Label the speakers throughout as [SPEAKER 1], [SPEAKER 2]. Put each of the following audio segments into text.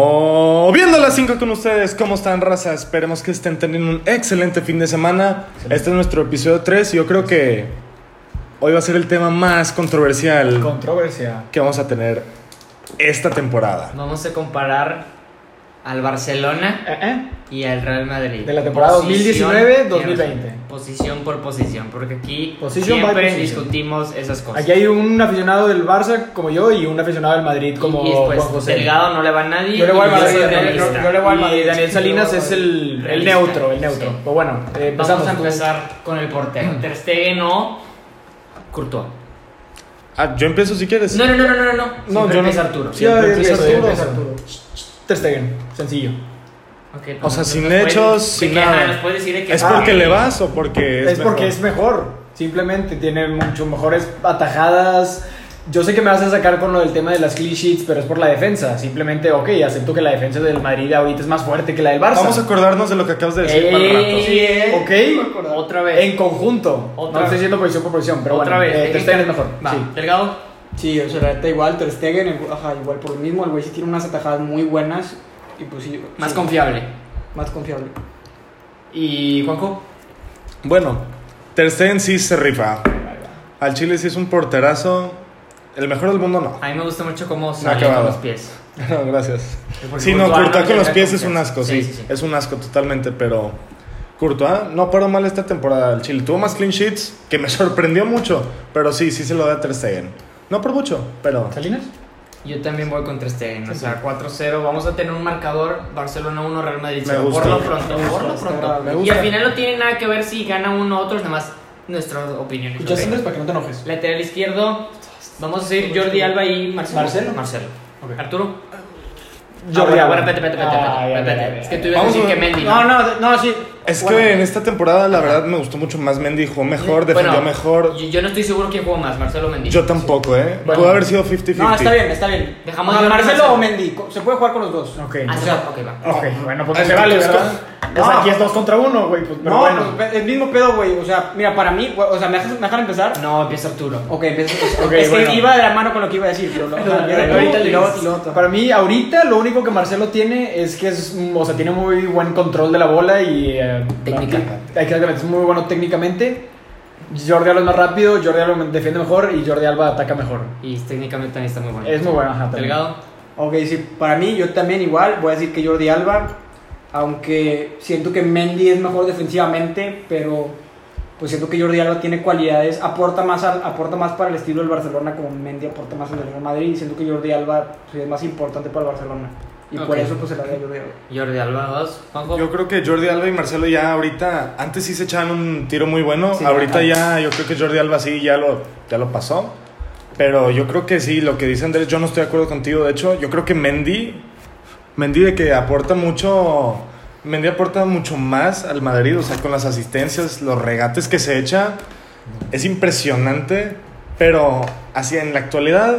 [SPEAKER 1] Moviendo las 5 con ustedes, ¿cómo están, raza? Esperemos que estén teniendo un excelente fin de semana. Este es nuestro episodio 3 y yo creo que hoy va a ser el tema más controversial
[SPEAKER 2] Controversia.
[SPEAKER 1] que vamos a tener esta temporada.
[SPEAKER 3] Vamos a comparar al Barcelona
[SPEAKER 2] Eh, eh.
[SPEAKER 3] y al Real Madrid.
[SPEAKER 2] De la temporada
[SPEAKER 3] Posición
[SPEAKER 2] 2019-2020.
[SPEAKER 3] por Posición por posición, porque aquí
[SPEAKER 2] Position by
[SPEAKER 3] siempre
[SPEAKER 2] position.
[SPEAKER 3] discutimos esas cosas.
[SPEAKER 2] Aquí hay un aficionado del Barça como yo y un aficionado del Madrid como
[SPEAKER 3] y, y pues,
[SPEAKER 2] Juan José.
[SPEAKER 3] Delgado no le va a nadie.
[SPEAKER 2] Yo le voy al
[SPEAKER 3] y yo
[SPEAKER 2] Madrid,
[SPEAKER 3] soy
[SPEAKER 2] yo le- yo,
[SPEAKER 3] realista.
[SPEAKER 2] yo le voy al
[SPEAKER 3] Y
[SPEAKER 2] Madrid. Daniel Salinas es el, el
[SPEAKER 3] Realista.
[SPEAKER 2] neutro, el neutro.
[SPEAKER 3] Sí.
[SPEAKER 2] Pero bueno, eh, empezamos. este.
[SPEAKER 3] Vamos a empezar con el portero. Ter Stegen o Courtois.
[SPEAKER 1] Ah, yo empiezo si quieres.
[SPEAKER 3] No, no, no, no, no, no.
[SPEAKER 1] No,
[SPEAKER 3] Siempre
[SPEAKER 1] yo no-
[SPEAKER 3] es Arturo.
[SPEAKER 1] Sí, Siempre empieza
[SPEAKER 2] Siempre
[SPEAKER 1] Arturo.
[SPEAKER 2] empieza Arturo. Ter Stegen, sencillo.
[SPEAKER 3] Ok,
[SPEAKER 1] O sea,
[SPEAKER 3] nos
[SPEAKER 1] sin
[SPEAKER 3] puede-
[SPEAKER 1] hechos,
[SPEAKER 3] de
[SPEAKER 1] sin
[SPEAKER 3] que, ajá,
[SPEAKER 1] nada.
[SPEAKER 3] nos puede decir de que-
[SPEAKER 1] ¿Es
[SPEAKER 3] Ah,
[SPEAKER 1] porque le vas o porque es
[SPEAKER 2] Es, porque
[SPEAKER 1] mejor?
[SPEAKER 2] es mejor. Simplemente tiene mucho mejores atajadas. Yo sé que me vas a sacar con lo del tema de las clean sheets, pero es por la defensa. Simplemente, ok, acepto que la defensa del Madrid ahorita es más fuerte que la del Barça.
[SPEAKER 1] Vamos a acordarnos de lo que acabas de decir para rato.
[SPEAKER 3] Sí, eh.
[SPEAKER 2] Ok,
[SPEAKER 3] Otra vez.
[SPEAKER 2] En conjunto.
[SPEAKER 3] Otra
[SPEAKER 2] no estoy
[SPEAKER 3] vez.
[SPEAKER 2] diciendo posición por posición, pero
[SPEAKER 3] Otra
[SPEAKER 2] bueno,
[SPEAKER 3] vez.
[SPEAKER 2] eh, Ter Stegen es mejor.
[SPEAKER 3] Va,
[SPEAKER 2] Sí.
[SPEAKER 3] Delgado.
[SPEAKER 4] Sí, o sea, la neta igual, Ter Stegen, el- ajá, igual por lo mismo, el güey sí tiene unas atajadas muy buenas y pues sí,
[SPEAKER 3] Más
[SPEAKER 4] sí,
[SPEAKER 3] confiable.
[SPEAKER 4] más confiable.
[SPEAKER 3] ¿Y Juanjo?
[SPEAKER 1] Bueno, Ter Stegen sí se rifa. Al Chile sí es un porterazo. El mejor del mundo no.
[SPEAKER 3] A mí me gusta mucho cómo
[SPEAKER 1] ha
[SPEAKER 3] sale
[SPEAKER 1] acabado.
[SPEAKER 3] con los pies.
[SPEAKER 1] No, gracias.
[SPEAKER 3] Porque
[SPEAKER 1] Sí, no,
[SPEAKER 3] Courtois
[SPEAKER 1] Courtois con
[SPEAKER 3] le
[SPEAKER 1] los
[SPEAKER 3] da
[SPEAKER 1] pies es un
[SPEAKER 3] confianza.
[SPEAKER 1] asco, sí,
[SPEAKER 3] sí, sí.
[SPEAKER 1] Es un asco totalmente, pero Courtois no paró mal esta temporada. El Chile tuvo más clean sheets, que me sorprendió mucho, pero sí, sí se lo da a Ter Stegen. No por mucho, pero
[SPEAKER 2] ¿Salinas?
[SPEAKER 3] Ah, Yo también voy con Ter Stegen, o sea, 4-0. Vamos a tener un marcador Barcelona 1, Real Madrid
[SPEAKER 1] Me
[SPEAKER 3] 0.
[SPEAKER 1] gusta.
[SPEAKER 3] Por lo pronto,
[SPEAKER 4] Me
[SPEAKER 3] por lo
[SPEAKER 4] gusta,
[SPEAKER 3] pronto.
[SPEAKER 4] me
[SPEAKER 3] Y
[SPEAKER 4] gusta.
[SPEAKER 3] al final no tiene nada que ver si gana uno u otro, es nada más nuestras opiniones.
[SPEAKER 4] Escuchaste
[SPEAKER 3] Ok.
[SPEAKER 4] nombres para que no te enojes.
[SPEAKER 3] Lateral izquierdo, vamos a decir Jordi Alba y Marcelo.
[SPEAKER 4] Marcelo.
[SPEAKER 3] Marcelo.
[SPEAKER 4] Ok.
[SPEAKER 3] Arturo.
[SPEAKER 2] Jordi
[SPEAKER 3] Ah,
[SPEAKER 2] Alba.
[SPEAKER 3] bueno, bueno, espérate, espérate, espérate,
[SPEAKER 2] Ah, ya,
[SPEAKER 3] espérate.
[SPEAKER 2] ya, ya, ya.
[SPEAKER 3] Es que tú ibas a
[SPEAKER 1] Vamos
[SPEAKER 3] decir
[SPEAKER 1] a-
[SPEAKER 3] que Mendy.
[SPEAKER 2] No, no, de- no, sí.
[SPEAKER 1] es
[SPEAKER 2] Bueno,
[SPEAKER 1] que en esta temporada la verdad me gustó mucho más Mendy, jugó mejor, defendió
[SPEAKER 3] Bueno,
[SPEAKER 1] mejor.
[SPEAKER 3] Yo, yo no estoy seguro quién jugó más, Marcelo o Mendy. Ah,
[SPEAKER 1] Yo tampoco, ¿eh?
[SPEAKER 2] Bueno.
[SPEAKER 1] Pudo haber sido 50-50.
[SPEAKER 4] No, está bien, está bien.
[SPEAKER 3] Dejamos
[SPEAKER 4] Ah,
[SPEAKER 3] a Jordi
[SPEAKER 4] Marcelo
[SPEAKER 3] Marcelo.
[SPEAKER 4] o Mendy, co- se puede jugar con los dos.
[SPEAKER 2] Ok.
[SPEAKER 3] Ah,
[SPEAKER 4] O sea,
[SPEAKER 3] ok, va.
[SPEAKER 2] Ok, bueno, pues no
[SPEAKER 1] Ah,
[SPEAKER 2] se vale,
[SPEAKER 1] entonces,
[SPEAKER 2] ¿verdad?
[SPEAKER 4] no.
[SPEAKER 2] O sea, aquí es dos contra uno, güey, pues, pero
[SPEAKER 4] no,
[SPEAKER 2] bueno.
[SPEAKER 4] pues, el mismo pedo, güey, o sea, mira, para mí, güey, o sea, ¿me dejas, me dejan empezar?
[SPEAKER 3] No, empieza Arturo.
[SPEAKER 4] Ok, empiezo. o sea,
[SPEAKER 2] Ok,
[SPEAKER 4] es
[SPEAKER 2] bueno.
[SPEAKER 4] que iba de la mano con lo que iba a decir, pero lo,
[SPEAKER 2] Pero
[SPEAKER 4] ahorita
[SPEAKER 2] ahorita
[SPEAKER 4] y
[SPEAKER 2] le
[SPEAKER 4] luego,
[SPEAKER 2] dices.
[SPEAKER 4] y luego otra.
[SPEAKER 2] Para mí, ahorita lo único que Marcelo tiene es que es, mm, o sea, tiene muy buen control de la bola y. eh,
[SPEAKER 3] Técnica.
[SPEAKER 2] va- Exactamente, es muy bueno técnicamente. Jordi Alba es más rápido, Jordi Alba defiende mejor y Jordi Alba ataca mejor.
[SPEAKER 3] Y técnicamente también está muy bueno.
[SPEAKER 2] Es muy bueno, ajá. también.
[SPEAKER 3] Delgado.
[SPEAKER 4] Ok, sí, para mí yo también igual, voy a decir que Jordi Alba, aunque siento que Mendy es mejor defensivamente, pero pues siento que Jordi Alba tiene cualidades, aporta más, al- aporta más para el estilo del Barcelona como Mendy aporta más al del Real Madrid, y siento que Jordi Alba pues, es más importante para el Barcelona. Y por
[SPEAKER 3] Ok.
[SPEAKER 4] eso pues se la da a Jordi Alba.
[SPEAKER 3] Jordi Alba 2. Juanjo.
[SPEAKER 1] Yo creo que Jordi Alba y Marcelo ya ahorita, antes sí se echaban un tiro muy bueno,
[SPEAKER 4] Sí,
[SPEAKER 1] ahorita
[SPEAKER 4] ajá.
[SPEAKER 1] ya yo creo que Jordi Alba sí ya lo, ya lo pasó, pero yo creo que sí, lo que dice Andrés, yo no estoy de acuerdo contigo, de hecho yo creo que Mendy, Mendy de que aporta mucho, Mendy aporta mucho más al Madrid, o sea, con las asistencias, los regates que se echa, es impresionante, pero así en la actualidad...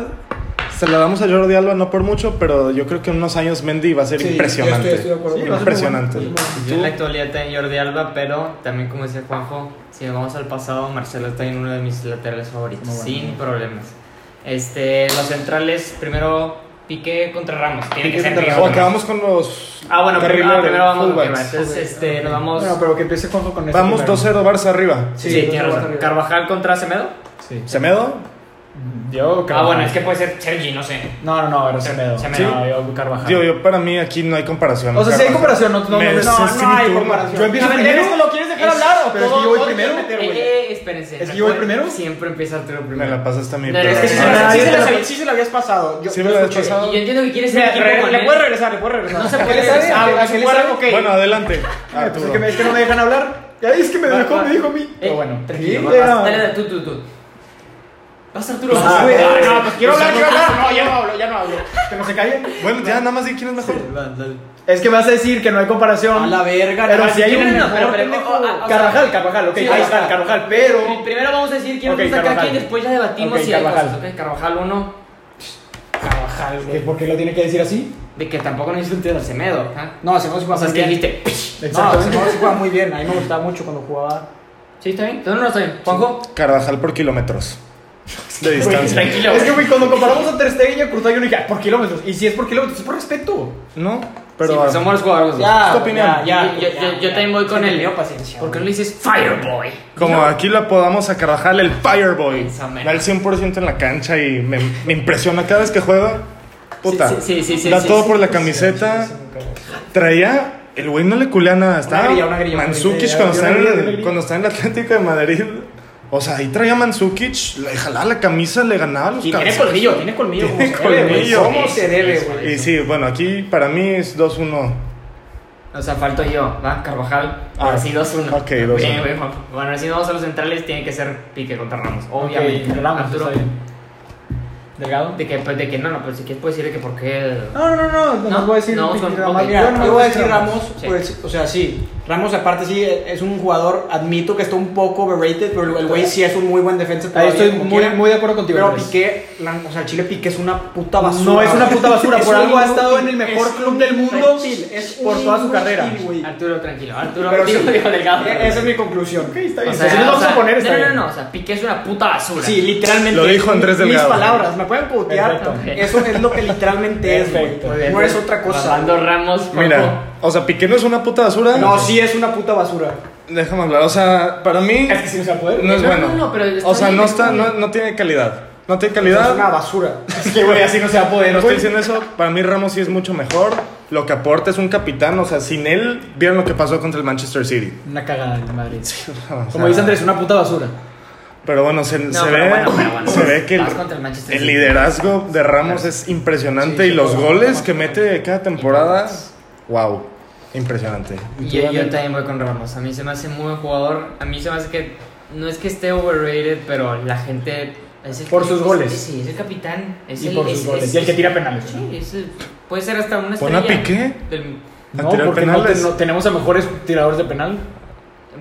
[SPEAKER 1] Se la damos a Jordi Alba no por mucho, pero yo creo que en unos años Mendy va a ser
[SPEAKER 4] Sí, yo
[SPEAKER 1] impresionante.
[SPEAKER 4] estoy- estoy de acuerdo.
[SPEAKER 2] Sí,
[SPEAKER 4] va a ser muy
[SPEAKER 1] Impresionante.
[SPEAKER 4] bueno, va a ser muy
[SPEAKER 3] Yo en la actualidad tengo Jordi Alba, pero también como decía Juanjo, si nos vamos al pasado, Marcelo está en uno de mis laterales favoritos,
[SPEAKER 2] Muy bueno,
[SPEAKER 3] sin
[SPEAKER 2] muy
[SPEAKER 3] problemas. Este, los centrales, primero Piqué contra Ramos, tiene que
[SPEAKER 2] Piqué
[SPEAKER 3] ser
[SPEAKER 2] contra
[SPEAKER 3] Miguel
[SPEAKER 1] O
[SPEAKER 2] Ramos.
[SPEAKER 3] Ramos.
[SPEAKER 1] acabamos con los.
[SPEAKER 3] Ah, bueno, primero,
[SPEAKER 1] carrileros,
[SPEAKER 3] ah, primero vamos, ok, va,
[SPEAKER 1] fullbacks.
[SPEAKER 3] entonces este, nos vamos...
[SPEAKER 2] Bueno, pero que empiece Juanjo con este esto
[SPEAKER 1] Vamos
[SPEAKER 2] primero.
[SPEAKER 1] 2-0 Barça arriba.
[SPEAKER 3] sí,
[SPEAKER 4] sí,
[SPEAKER 3] tiene
[SPEAKER 4] vamos
[SPEAKER 3] razón.
[SPEAKER 4] arriba.
[SPEAKER 3] Carvajal contra Semedo.
[SPEAKER 2] Sí.
[SPEAKER 1] ¿Semedo?
[SPEAKER 2] Yo,
[SPEAKER 3] Ah,
[SPEAKER 2] Carvajal.
[SPEAKER 3] bueno, es que puede ser Sergi, no sé.
[SPEAKER 2] No, no, no, ahora se me da.
[SPEAKER 3] Se me da.
[SPEAKER 2] yo, Carvajal.
[SPEAKER 1] Digo, yo para mí aquí no hay comparación.
[SPEAKER 2] O sea, sí hay
[SPEAKER 1] Carvajal.
[SPEAKER 2] comparación, no- no- no-
[SPEAKER 1] Me-
[SPEAKER 2] no,
[SPEAKER 1] es-
[SPEAKER 2] no
[SPEAKER 1] es que
[SPEAKER 4] hay
[SPEAKER 1] ni tú-
[SPEAKER 4] comparación.
[SPEAKER 1] yo-
[SPEAKER 2] Yo empiezo
[SPEAKER 3] A ver,
[SPEAKER 2] primero.
[SPEAKER 3] ¿eres-
[SPEAKER 2] ¿Lo quieres
[SPEAKER 3] es-
[SPEAKER 2] Pero es que yo voy primero.
[SPEAKER 3] Eh, eh, espérense.
[SPEAKER 2] Es que yo voy primero.
[SPEAKER 3] Siempre empieza Arturo primero.
[SPEAKER 1] Me la pasaste a mí.
[SPEAKER 3] No,
[SPEAKER 1] pero-
[SPEAKER 3] es que
[SPEAKER 4] Sí,
[SPEAKER 3] Ah,
[SPEAKER 4] se la-
[SPEAKER 2] nadie
[SPEAKER 4] sí se
[SPEAKER 2] te
[SPEAKER 4] la
[SPEAKER 2] la-
[SPEAKER 4] sabía- sí se la habías pasado. Yo,
[SPEAKER 1] Sí
[SPEAKER 4] yo
[SPEAKER 1] me la habías
[SPEAKER 4] escuché.
[SPEAKER 1] pasado.
[SPEAKER 3] Y yo entiendo que quieres ser
[SPEAKER 4] Mira,
[SPEAKER 3] equipo
[SPEAKER 4] re-
[SPEAKER 3] con
[SPEAKER 4] le
[SPEAKER 3] él.
[SPEAKER 4] puedes regresar, le puedes regresar.
[SPEAKER 3] No se puede
[SPEAKER 4] ¿Qué le sabes?
[SPEAKER 3] regresar,
[SPEAKER 4] Ah,
[SPEAKER 2] güey,
[SPEAKER 4] ¿qué
[SPEAKER 2] ¿qué
[SPEAKER 4] le
[SPEAKER 2] le
[SPEAKER 4] sabes?
[SPEAKER 2] sabes?
[SPEAKER 4] Ok.
[SPEAKER 1] Bueno, adelante.
[SPEAKER 2] Ah, pues
[SPEAKER 1] Arturo.
[SPEAKER 2] es que, me, es que no me dejan hablar. Ya es que me dejó, me dijo a mí.
[SPEAKER 3] Eh,
[SPEAKER 2] Pero bueno.
[SPEAKER 3] tranquilo,
[SPEAKER 2] Sí,
[SPEAKER 3] vas,
[SPEAKER 2] era-
[SPEAKER 3] dale, dale, tú, tú, tú. Vas, Arturo.
[SPEAKER 2] Ah,
[SPEAKER 3] vas.
[SPEAKER 2] güey.
[SPEAKER 3] Ah,
[SPEAKER 2] no, pues quiero hablar, quiero hablar.
[SPEAKER 4] No, ya no hablo, ya no hablo.
[SPEAKER 2] Que no se calle.
[SPEAKER 1] Bueno, ya nada más di quién es mejor.
[SPEAKER 2] Es que vas a decir que no hay comparación.
[SPEAKER 4] A la verga,
[SPEAKER 2] Pero
[SPEAKER 4] no,
[SPEAKER 2] si hay
[SPEAKER 3] no,
[SPEAKER 2] un
[SPEAKER 3] no,
[SPEAKER 2] mejor,
[SPEAKER 3] pero- pero-
[SPEAKER 2] pendejo.
[SPEAKER 3] o- o- o-
[SPEAKER 2] Carvajal, Carvajal, ok.
[SPEAKER 3] Sí,
[SPEAKER 2] ahí
[SPEAKER 3] o
[SPEAKER 2] está,
[SPEAKER 3] sea,
[SPEAKER 2] Carvajal. Pero.
[SPEAKER 3] Primero vamos a decir quién
[SPEAKER 2] Ok,
[SPEAKER 3] nos saca
[SPEAKER 2] Carvajal.
[SPEAKER 3] quién, después ya debatimos
[SPEAKER 2] Ok,
[SPEAKER 3] si hay
[SPEAKER 2] Carvajal.
[SPEAKER 3] cosas. Ok, Carvajal uno,
[SPEAKER 4] Carvajal,
[SPEAKER 2] ¿Qué-
[SPEAKER 4] güey.
[SPEAKER 2] ¿Por qué lo tiene que decir así?
[SPEAKER 3] de que tampoco no insultes al Semedo. ¿ah?
[SPEAKER 4] No, Semedo sí
[SPEAKER 3] O
[SPEAKER 4] juega
[SPEAKER 3] sea, es
[SPEAKER 4] muy
[SPEAKER 3] que
[SPEAKER 4] bien.
[SPEAKER 3] dijiste. "Pish".
[SPEAKER 4] No,
[SPEAKER 2] Exactamente.
[SPEAKER 4] Semedo sí juega muy bien. A mí me gustaba mucho cuando jugaba.
[SPEAKER 3] ¿Sí está bien? ¿Tú no lo está bien? ¿Juanjo?
[SPEAKER 1] Carvajal por kilómetros. de distancia.
[SPEAKER 3] tranquilo.
[SPEAKER 2] Es que, güey, cuando comparamos a Ter Stegen y a Courtois, yo no dije, "Ah, por kilómetros. Y si es por kilómetros, es por respeto.
[SPEAKER 1] No,
[SPEAKER 3] Sí,
[SPEAKER 1] pero
[SPEAKER 3] pues somos los jugadores. güey.
[SPEAKER 4] Ya,
[SPEAKER 1] tu opinión.
[SPEAKER 4] ya, Ah, ya,
[SPEAKER 3] yo, yo-
[SPEAKER 4] ya,
[SPEAKER 3] yo- yo
[SPEAKER 4] ya.
[SPEAKER 3] también voy con
[SPEAKER 4] Se te
[SPEAKER 3] él.
[SPEAKER 4] dio paciencia.
[SPEAKER 3] ¿Por qué no le dices Fireboy?
[SPEAKER 1] como aquí lo apodamos a Carvajal, el Fireboy.
[SPEAKER 3] Esa mera.
[SPEAKER 1] Da el 100% en la cancha y me, me impresiona cada vez que juega. Puta,
[SPEAKER 3] Sí, sí, sí, sí,
[SPEAKER 1] da
[SPEAKER 3] sí,
[SPEAKER 1] todo
[SPEAKER 3] sí,
[SPEAKER 1] por la
[SPEAKER 3] sí,
[SPEAKER 1] camiseta. Traía. El güey no le culea nada. Estaba
[SPEAKER 4] grilla, una grilla, una
[SPEAKER 1] Mandzukic
[SPEAKER 4] grilla,
[SPEAKER 1] cuando,
[SPEAKER 4] una
[SPEAKER 1] estaba en
[SPEAKER 4] grilla,
[SPEAKER 1] el-
[SPEAKER 4] una grilla.
[SPEAKER 1] cuando estaba en el Atlético de Madrid. O sea, ahí traía Mandzukic, le jalaba la camisa, le ganaba los
[SPEAKER 4] Y tiene
[SPEAKER 1] cabezazos.
[SPEAKER 4] colmillo, tiene colmillo. como
[SPEAKER 1] Tiene
[SPEAKER 4] se debe, güey.
[SPEAKER 1] colmillo.
[SPEAKER 4] ¿Cómo se debe, güey?
[SPEAKER 1] Y sí, bueno, aquí para mí es 2-1.
[SPEAKER 3] O sea, falto yo, ¿va? Carvajal.
[SPEAKER 1] Ah,
[SPEAKER 3] Ahora sí, 2-1.
[SPEAKER 1] ok, 2-1.
[SPEAKER 3] Bien, güey, Juanjo. Bueno, ahora sí, vamos a los centrales. Tiene que ser pique contra Ramos. Obviamente.
[SPEAKER 2] Ok, Ramos,
[SPEAKER 3] Arturo,
[SPEAKER 2] está bien. Delgado.
[SPEAKER 3] de que, pues, de que no, no, pero si quieres, puedes decir de que por qué.
[SPEAKER 4] No, no, no, no,
[SPEAKER 3] No,
[SPEAKER 4] voy a decir
[SPEAKER 3] no,
[SPEAKER 4] Ramos.
[SPEAKER 3] son- ok.
[SPEAKER 4] Mira,
[SPEAKER 2] Yo no
[SPEAKER 4] yo voy a
[SPEAKER 2] voy a
[SPEAKER 4] decir
[SPEAKER 2] decir
[SPEAKER 4] Ramos,
[SPEAKER 3] Ramos, sí.
[SPEAKER 4] pues, o sea, sí. Ramos, aparte, sí, es un jugador, admito que está un poco overrated, pero el güey sí es un muy buen defensa.
[SPEAKER 2] Ahí
[SPEAKER 4] todavía,
[SPEAKER 2] estoy
[SPEAKER 4] como
[SPEAKER 2] muy,
[SPEAKER 4] quiera.
[SPEAKER 2] muy de acuerdo contigo.
[SPEAKER 4] Pero
[SPEAKER 2] Andrés.
[SPEAKER 4] Piqué, la- o sea, el Chile Piqué es una puta basura.
[SPEAKER 2] No, es una puta basura,
[SPEAKER 4] Es
[SPEAKER 2] por
[SPEAKER 4] un
[SPEAKER 2] algo ha
[SPEAKER 4] inútil,
[SPEAKER 2] estado en el mejor
[SPEAKER 4] es
[SPEAKER 2] club
[SPEAKER 4] un
[SPEAKER 2] del mundo
[SPEAKER 4] inútil, es
[SPEAKER 2] por
[SPEAKER 4] un
[SPEAKER 2] toda su
[SPEAKER 4] inútil,
[SPEAKER 2] carrera.
[SPEAKER 4] güey.
[SPEAKER 3] Arturo, tranquilo. Arturo,
[SPEAKER 4] Pero sí,
[SPEAKER 3] digo, digo, delgado.
[SPEAKER 4] e- esa es mi conclusión.
[SPEAKER 2] bien.
[SPEAKER 3] O
[SPEAKER 2] Si no
[SPEAKER 3] sea,
[SPEAKER 2] lo
[SPEAKER 3] o
[SPEAKER 2] vas a
[SPEAKER 3] sea,
[SPEAKER 2] poner, está
[SPEAKER 3] no, no,
[SPEAKER 2] bien.
[SPEAKER 3] no, o sea, Piqué es una puta basura.
[SPEAKER 4] Sí, literalmente.
[SPEAKER 1] Lo dijo Andrés Delgado.
[SPEAKER 4] Mis palabras, me pueden putear.
[SPEAKER 2] Perfecto.
[SPEAKER 4] Eso es lo que literalmente es, güey.
[SPEAKER 2] Perfecto.
[SPEAKER 3] Muy bien.
[SPEAKER 4] No es otra cosa.
[SPEAKER 3] Bajando Ramos, Juanjo.
[SPEAKER 1] Mira, o sea, Piqué no es una puta basura.
[SPEAKER 4] No, sí es una puta basura.
[SPEAKER 1] Déjame hablar, o sea, para mí
[SPEAKER 2] Es que sí no se va a poder.
[SPEAKER 1] no es
[SPEAKER 3] No,
[SPEAKER 1] bueno.
[SPEAKER 3] no, no, pero está
[SPEAKER 1] o sea,
[SPEAKER 3] bien,
[SPEAKER 1] no
[SPEAKER 3] está
[SPEAKER 1] está, no,
[SPEAKER 3] bien.
[SPEAKER 1] no tiene calidad. No tiene
[SPEAKER 4] Es
[SPEAKER 1] calidad.
[SPEAKER 4] una basura.
[SPEAKER 2] Es que, güey, así no se va a poder.
[SPEAKER 1] No estoy
[SPEAKER 2] güey.
[SPEAKER 1] diciendo eso, para mí Ramos sí es mucho mejor. Lo que aporta es un capitán, o sea, sin él, vieron lo que pasó contra el Manchester City.
[SPEAKER 2] Una cagada en Madrid.
[SPEAKER 1] O sea,
[SPEAKER 2] Como dice Andrés, una puta basura.
[SPEAKER 1] Pero bueno, se,
[SPEAKER 3] No,
[SPEAKER 1] se
[SPEAKER 3] pero
[SPEAKER 1] ve,
[SPEAKER 3] bueno, pero bueno.
[SPEAKER 1] se ve que el,
[SPEAKER 3] Vas contra el Manchester
[SPEAKER 1] el
[SPEAKER 3] City.
[SPEAKER 1] liderazgo de Ramos es impresionante
[SPEAKER 4] Sí,
[SPEAKER 1] y
[SPEAKER 4] sí,
[SPEAKER 1] los
[SPEAKER 4] pero-
[SPEAKER 1] goles que mete cada temporada, wow, impresionante.
[SPEAKER 3] Y Yo, yo también voy con Ramos. A mí se me hace muy buen jugador. A mí se me hace que no es que esté overrated, pero la gente. Es el
[SPEAKER 2] Por sus
[SPEAKER 3] es-
[SPEAKER 2] goles.
[SPEAKER 3] Sí, es el capitán. Es
[SPEAKER 2] Y
[SPEAKER 3] el,
[SPEAKER 2] por
[SPEAKER 3] es-
[SPEAKER 2] sus goles.
[SPEAKER 3] es-
[SPEAKER 2] Y el que tira penales.
[SPEAKER 3] Sí, es el- puede ser hasta una
[SPEAKER 1] Pon a
[SPEAKER 3] estrella.
[SPEAKER 1] Piqué.
[SPEAKER 3] del-
[SPEAKER 1] A
[SPEAKER 2] No,
[SPEAKER 1] tirar
[SPEAKER 2] porque no,
[SPEAKER 1] penales.
[SPEAKER 2] te- no- tenemos a mejores tiradores de penal.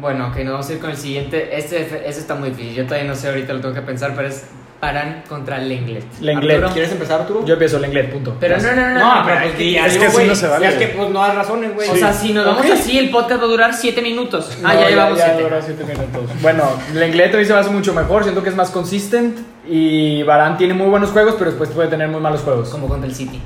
[SPEAKER 3] bueno, ok, nos vamos a ir con el siguiente. Este, este está muy difícil. Yo todavía no sé, ahorita lo tengo que pensar, pero es Paran contra Lenglet.
[SPEAKER 2] Lenglet.
[SPEAKER 3] Arturo.
[SPEAKER 4] ¿Quieres empezar, Arturo?
[SPEAKER 2] Yo empiezo el inglés, punto.
[SPEAKER 3] Pero no, no, no.
[SPEAKER 4] No,
[SPEAKER 3] no,
[SPEAKER 4] pero
[SPEAKER 3] pero-
[SPEAKER 4] pues di
[SPEAKER 1] es
[SPEAKER 4] algo,
[SPEAKER 1] que así
[SPEAKER 4] güey.
[SPEAKER 1] no se vale.
[SPEAKER 4] Es que pues no das razones, güey.
[SPEAKER 3] O sea, si nos vamos
[SPEAKER 2] Ok.
[SPEAKER 3] así, el podcast va a durar 7 minutos. Ah,
[SPEAKER 2] No,
[SPEAKER 3] ya llevamos
[SPEAKER 2] ya
[SPEAKER 3] 7.
[SPEAKER 2] duró siete minutos. Bueno, Lenglet también se me hace mucho mejor. Siento que es más consistent. Y Barán tiene muy buenos juegos, pero después puede tener muy malos juegos.
[SPEAKER 3] Como contra el City.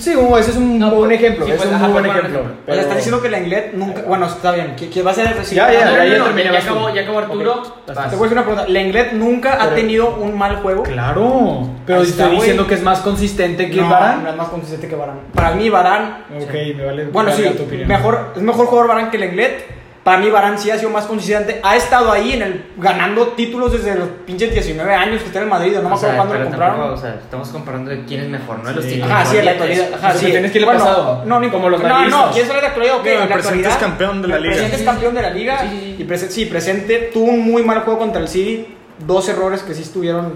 [SPEAKER 2] Sí, como ese es un
[SPEAKER 3] No,
[SPEAKER 2] buen
[SPEAKER 3] pues,
[SPEAKER 2] ejemplo.
[SPEAKER 3] sí,
[SPEAKER 2] es
[SPEAKER 3] pues,
[SPEAKER 2] un
[SPEAKER 3] ajá,
[SPEAKER 2] muy
[SPEAKER 3] fue
[SPEAKER 2] buen
[SPEAKER 3] buen
[SPEAKER 2] ejemplo.
[SPEAKER 3] ejemplo.
[SPEAKER 4] O sea, está diciendo que la Englet nunca. Bueno, está bien. que que va a ser el
[SPEAKER 2] Ya, ya,
[SPEAKER 3] No, no,
[SPEAKER 2] ahí
[SPEAKER 3] no,
[SPEAKER 2] terminé
[SPEAKER 3] ya
[SPEAKER 2] más
[SPEAKER 3] acabó-
[SPEAKER 2] tú.
[SPEAKER 3] ya acabó Arturo.
[SPEAKER 2] Ok,
[SPEAKER 3] Vas.
[SPEAKER 4] Te voy a hacer una pregunta. La Englet nunca ha
[SPEAKER 2] Pero-
[SPEAKER 4] tenido un mal juego.
[SPEAKER 2] Claro. Pero
[SPEAKER 4] Ahí
[SPEAKER 2] si
[SPEAKER 4] está,
[SPEAKER 2] estoy
[SPEAKER 4] güey.
[SPEAKER 2] diciendo que es más consistente que
[SPEAKER 4] no,
[SPEAKER 2] Barán.
[SPEAKER 4] no es más consistente que Barán. Para mí, Barán.
[SPEAKER 2] Ok, me Pues vale.
[SPEAKER 4] Bueno, sí,
[SPEAKER 2] verga tu opinión.
[SPEAKER 4] mejor, es mejor jugador Barán que Lenglet. Para mí, Barán sí ha sido más consistente. Ha estado ahí en el, ganando títulos desde los pinches 19 años que está en el Madrid. o No me
[SPEAKER 3] O sea,
[SPEAKER 4] acuerdo cuándo lo
[SPEAKER 3] pero
[SPEAKER 4] compraron.
[SPEAKER 3] tampoco, o sea, estamos comparando de quién es mejor, no de los
[SPEAKER 2] Sí.
[SPEAKER 3] títulos.
[SPEAKER 4] Ajá, sí, en
[SPEAKER 3] Obviamente.
[SPEAKER 4] la actualidad. Ajá,
[SPEAKER 2] Pero
[SPEAKER 4] sí.
[SPEAKER 2] te tienes que ir al
[SPEAKER 4] Bueno,
[SPEAKER 2] pasado.
[SPEAKER 4] No, ni
[SPEAKER 2] Como los
[SPEAKER 4] No, no,
[SPEAKER 2] madridistas.
[SPEAKER 4] ¿quieres hablar de la actualidad o qué?
[SPEAKER 1] Digo,
[SPEAKER 4] En
[SPEAKER 1] el
[SPEAKER 4] la
[SPEAKER 1] presente
[SPEAKER 4] actualidad,
[SPEAKER 1] es campeón de la
[SPEAKER 4] el
[SPEAKER 1] liga.
[SPEAKER 4] presente es campeón de la liga.
[SPEAKER 3] Sí, sí, sí.
[SPEAKER 4] Y presen- sí, presente tuvo un muy mal juego contra el City. Dos errores que sí estuvieron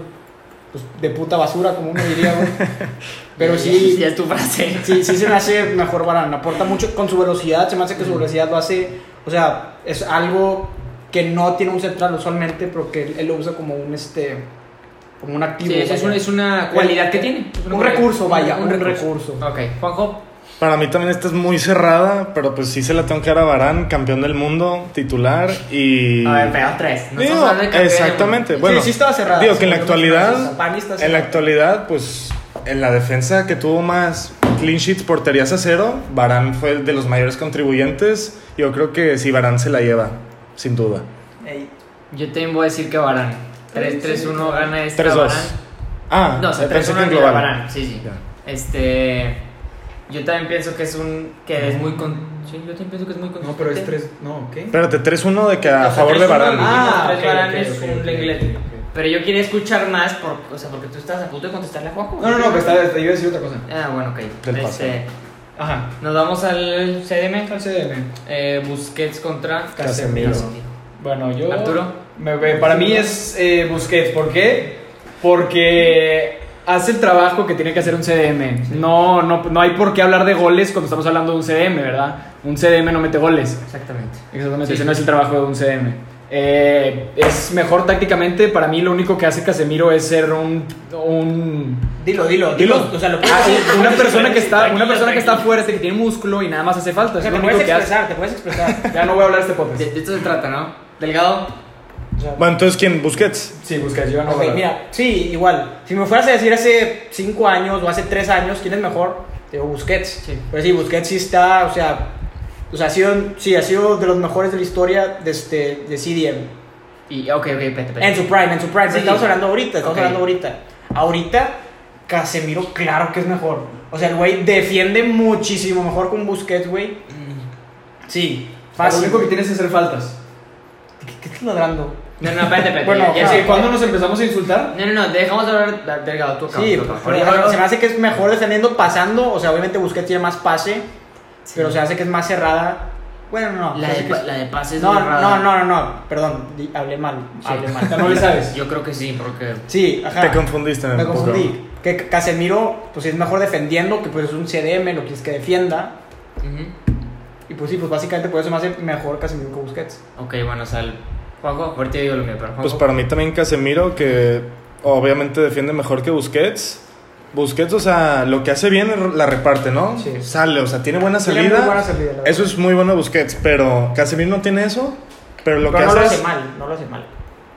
[SPEAKER 4] pues, de puta basura, como uno diría. güey. Pero sí,
[SPEAKER 3] Ya es tu frase.
[SPEAKER 4] Sí, sí se me hace mejor Barán, aporta mucho con su velocidad, se me hace que su velocidad lo hace, o sea, es algo que no tiene un central usualmente, pero que él, él lo usa como un este como un activo.
[SPEAKER 3] Sí, es, es
[SPEAKER 4] vaya.
[SPEAKER 3] una, es una cualidad que tiene. Es una
[SPEAKER 4] Un
[SPEAKER 3] cualidad.
[SPEAKER 4] recurso, vaya, un recurso.
[SPEAKER 3] Ok, Juanjo,
[SPEAKER 1] Para mí también esta es muy cerrada, pero pues sí se la tengo que dar a Barán, campeón del mundo, titular y...
[SPEAKER 3] a ver, pero tres. No
[SPEAKER 1] Digo,
[SPEAKER 3] estamos hablando de campeón
[SPEAKER 1] exactamente. Bueno,
[SPEAKER 4] sí, sí estaba cerrada.
[SPEAKER 1] Digo que en la
[SPEAKER 4] Sí,
[SPEAKER 1] actualidad,
[SPEAKER 4] para mí está
[SPEAKER 1] en
[SPEAKER 4] cerrada.
[SPEAKER 1] la actualidad, pues en la defensa que tuvo más clean sheets, porterías a cero, Barán fue el de los mayores contribuyentes. Yo creo que sí, Barán se la lleva, sin duda.
[SPEAKER 4] Ey,
[SPEAKER 3] Yo también voy a decir que Barán. 3-3-1 gana esta
[SPEAKER 1] 3-2.
[SPEAKER 3] Varane.
[SPEAKER 1] Ah,
[SPEAKER 3] No, o sea,
[SPEAKER 1] pensé que
[SPEAKER 3] 3-1
[SPEAKER 1] en
[SPEAKER 3] gana
[SPEAKER 1] global.
[SPEAKER 3] Varane, Sí, sí. Este. Yo también pienso que es un. Que es muy. Con... Sí, yo también pienso que es muy.
[SPEAKER 4] No, pero es
[SPEAKER 3] consistente.
[SPEAKER 4] 3, no, ¿qué?
[SPEAKER 1] Espérate, 3-1 de que
[SPEAKER 3] O
[SPEAKER 1] a
[SPEAKER 3] sea,
[SPEAKER 1] favor de
[SPEAKER 3] 3-1
[SPEAKER 1] Barán.
[SPEAKER 4] Ah,
[SPEAKER 3] dijimos, tres
[SPEAKER 4] ok,
[SPEAKER 3] Varane
[SPEAKER 4] ok,
[SPEAKER 3] es
[SPEAKER 4] ok,
[SPEAKER 3] un
[SPEAKER 4] ok,
[SPEAKER 3] Lenglet.
[SPEAKER 4] ok, ok.
[SPEAKER 3] Pero yo quería escuchar más, por, o sea, porque tú estabas a punto de contestarle a Juanjo.
[SPEAKER 4] No, no, no, pero está, yo iba a decir otra cosa.
[SPEAKER 3] Ah, bueno, ok.
[SPEAKER 1] Del
[SPEAKER 3] Este,
[SPEAKER 4] Ajá.
[SPEAKER 3] nos vamos al CDM.
[SPEAKER 4] Al CDM.
[SPEAKER 3] Eh, Busquets contra
[SPEAKER 1] Casemiro.
[SPEAKER 2] Bueno, yo.
[SPEAKER 3] Arturo.
[SPEAKER 2] Me- me- para mí es eh, Busquets. ¿Por qué? Porque hace el trabajo que tiene que hacer un CDM. No, no, no hay por qué hablar de goles cuando estamos hablando de un CDM, ¿verdad? Un CDM no mete goles.
[SPEAKER 3] Exactamente.
[SPEAKER 2] Exactamente,
[SPEAKER 3] Sí,
[SPEAKER 2] ese
[SPEAKER 3] sí.
[SPEAKER 2] no es el trabajo de un CM. Eh, es mejor tácticamente. Para mí, lo único que hace Casemiro es ser un. un
[SPEAKER 4] Dilo, dilo, dilo. O sea, lo puedes
[SPEAKER 2] Ah,
[SPEAKER 4] decir.
[SPEAKER 2] una persona que está una
[SPEAKER 3] Tranquilo,
[SPEAKER 2] persona que está
[SPEAKER 3] tranquilo.
[SPEAKER 2] fuerte que tiene músculo y nada más hace falta
[SPEAKER 4] O
[SPEAKER 2] es
[SPEAKER 4] sea,
[SPEAKER 2] lo
[SPEAKER 4] te
[SPEAKER 2] único
[SPEAKER 4] puedes
[SPEAKER 2] que hace
[SPEAKER 4] expresar, te puedes expresar.
[SPEAKER 2] ya no voy a hablar de este
[SPEAKER 3] De,
[SPEAKER 2] podcast
[SPEAKER 3] de esto se trata, ¿no? Delgado.
[SPEAKER 4] sea,
[SPEAKER 1] Bueno, entonces, ¿quién? Busquets.
[SPEAKER 2] Sí, Busquets, yo no.
[SPEAKER 4] Ok, mira, sí, igual. Si me fueras a decir hace 5 años o hace 3 años quién es mejor, te digo Busquets.
[SPEAKER 3] Sí.
[SPEAKER 4] Pero sí, Busquets sí está, o sea, o sea, ha sido, sí, ha sido de los mejores de la historia de, este, de CDM.
[SPEAKER 3] Y, ok, ok, espérate, espérate.
[SPEAKER 4] En su prime, en su prime.
[SPEAKER 3] Sí.
[SPEAKER 4] Estamos hablando ahorita, estamos
[SPEAKER 3] Ok.
[SPEAKER 4] hablando ahorita. Ahorita, Casemiro, claro que es mejor. O sea, el güey defiende muchísimo mejor con Busquets, güey. Sí,
[SPEAKER 2] Lo
[SPEAKER 4] fácil.
[SPEAKER 2] único que tienes es hacer faltas.
[SPEAKER 4] ¿Qué, qué estás ladrando?
[SPEAKER 3] No, no, espérate, espérate.
[SPEAKER 4] Bueno,
[SPEAKER 3] ya,
[SPEAKER 4] ah,
[SPEAKER 3] ya sé,
[SPEAKER 2] ¿Cuándo nos empezamos a insultar?
[SPEAKER 3] No, no, no, dejamos de hablar delgado, tú acabas,
[SPEAKER 4] Sí,
[SPEAKER 3] tú
[SPEAKER 4] pero
[SPEAKER 3] acabas. Ahorita-
[SPEAKER 4] se me hace que es mejor defendiendo pasando. O sea, obviamente Busquets tiene más pase,
[SPEAKER 3] Sí.
[SPEAKER 4] pero se hace que es más cerrada. Bueno,
[SPEAKER 3] La
[SPEAKER 4] no. se
[SPEAKER 3] de,
[SPEAKER 4] hace que
[SPEAKER 3] pa-
[SPEAKER 4] es-
[SPEAKER 3] la de pases
[SPEAKER 4] no,
[SPEAKER 3] borrada.
[SPEAKER 4] no, no, Ah, no, no, perdón, di- hablé mal,
[SPEAKER 3] Sí.
[SPEAKER 4] hablé mal.
[SPEAKER 2] Ya no le sabes.
[SPEAKER 3] Yo creo que sí, porque.
[SPEAKER 4] Sí, ajá.
[SPEAKER 1] Te confundiste.
[SPEAKER 4] Me
[SPEAKER 1] un poco.
[SPEAKER 4] confundí. Que C- Casemiro, pues es mejor defendiendo, que pues es un CDM, lo que es que defienda.
[SPEAKER 3] Ujú.
[SPEAKER 4] Y pues sí, pues básicamente por eso me hace mejor Casemiro que Busquets.
[SPEAKER 3] Ok, bueno, o sea, el- Juanjo, ahorita digo lo mío, pero Juanjo.
[SPEAKER 1] Pues para mí también Casemiro, que obviamente defiende mejor que Busquets. Busquets, o sea, lo que hace bien la reparte, ¿no?
[SPEAKER 4] Sí.
[SPEAKER 1] Sale, o sea, tiene buena
[SPEAKER 4] Tiene
[SPEAKER 1] salida.
[SPEAKER 4] muy buena salida, la verdad.
[SPEAKER 1] eso es muy bueno de Busquets, pero Casemiro no tiene eso. Pero lo
[SPEAKER 4] Pero
[SPEAKER 1] que
[SPEAKER 4] no lo
[SPEAKER 1] hace,
[SPEAKER 4] hace
[SPEAKER 1] es-
[SPEAKER 4] mal, no lo hace mal.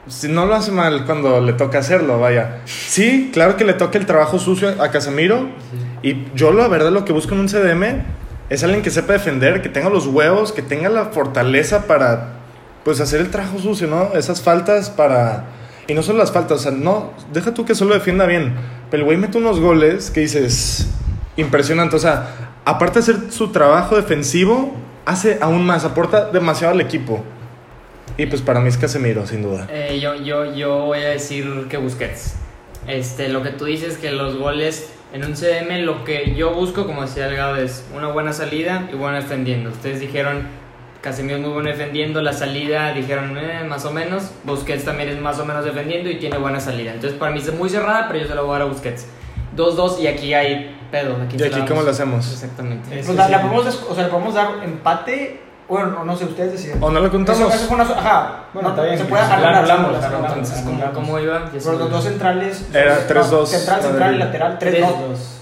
[SPEAKER 1] si no lo hace mal cuando le toca hacerlo, vaya. Sí, claro que le toca el trabajo sucio a Casemiro. Y yo, la verdad, lo que busco en un CDM es alguien que sepa defender, que tenga los huevos, que tenga la fortaleza para, pues, hacer el trabajo sucio, ¿no? Esas faltas para... Y no solo las faltas, o sea, no, deja tú que solo defienda bien. Pero el güey mete unos goles que dices, impresionante. O sea, aparte de hacer su trabajo defensivo, hace aún más, aporta demasiado al equipo. Y pues para mí es Casemiro, sin duda.
[SPEAKER 3] Eh, yo, yo, yo voy a decir que Busquets. Este, lo que tú dices que los goles en un CDM, lo que yo busco, como decía Delgado, es una buena salida y buena defendiendo. Ustedes dijeron, Casemiro es muy bueno defendiendo, la salida dijeron eh, más o menos. Busquets también es más o menos defendiendo y tiene buena salida. Entonces para mí es muy cerrada, pero yo se la voy a dar a Busquets. 2-2 y aquí hay pedo. Aquí
[SPEAKER 1] ¿Y
[SPEAKER 3] se la
[SPEAKER 1] aquí
[SPEAKER 3] damos.
[SPEAKER 1] cómo lo hacemos?
[SPEAKER 3] Exactamente.
[SPEAKER 2] Es-
[SPEAKER 4] Pues la, la podemos, des- o sea, le podemos dar empate, bueno, no, no sé, ustedes deciden.
[SPEAKER 1] ¿O no lo
[SPEAKER 4] Eso,
[SPEAKER 1] contamos?
[SPEAKER 4] eso fue una so- ajá,
[SPEAKER 2] Bueno,
[SPEAKER 4] no,
[SPEAKER 2] está bien,
[SPEAKER 4] se puede
[SPEAKER 2] pues,
[SPEAKER 4] jalar
[SPEAKER 2] la
[SPEAKER 4] la
[SPEAKER 2] anulamos,
[SPEAKER 4] la-
[SPEAKER 2] la
[SPEAKER 4] la-
[SPEAKER 2] anulamos.
[SPEAKER 3] Entonces,
[SPEAKER 4] la-
[SPEAKER 3] ¿cómo, cómo iba? Ya se
[SPEAKER 4] Pero
[SPEAKER 3] me
[SPEAKER 4] los dos centrales. pues,
[SPEAKER 1] Era
[SPEAKER 4] no,
[SPEAKER 1] 3-2
[SPEAKER 4] Central, central
[SPEAKER 1] Madrid.
[SPEAKER 4] y lateral, 3-2.
[SPEAKER 2] 3-2.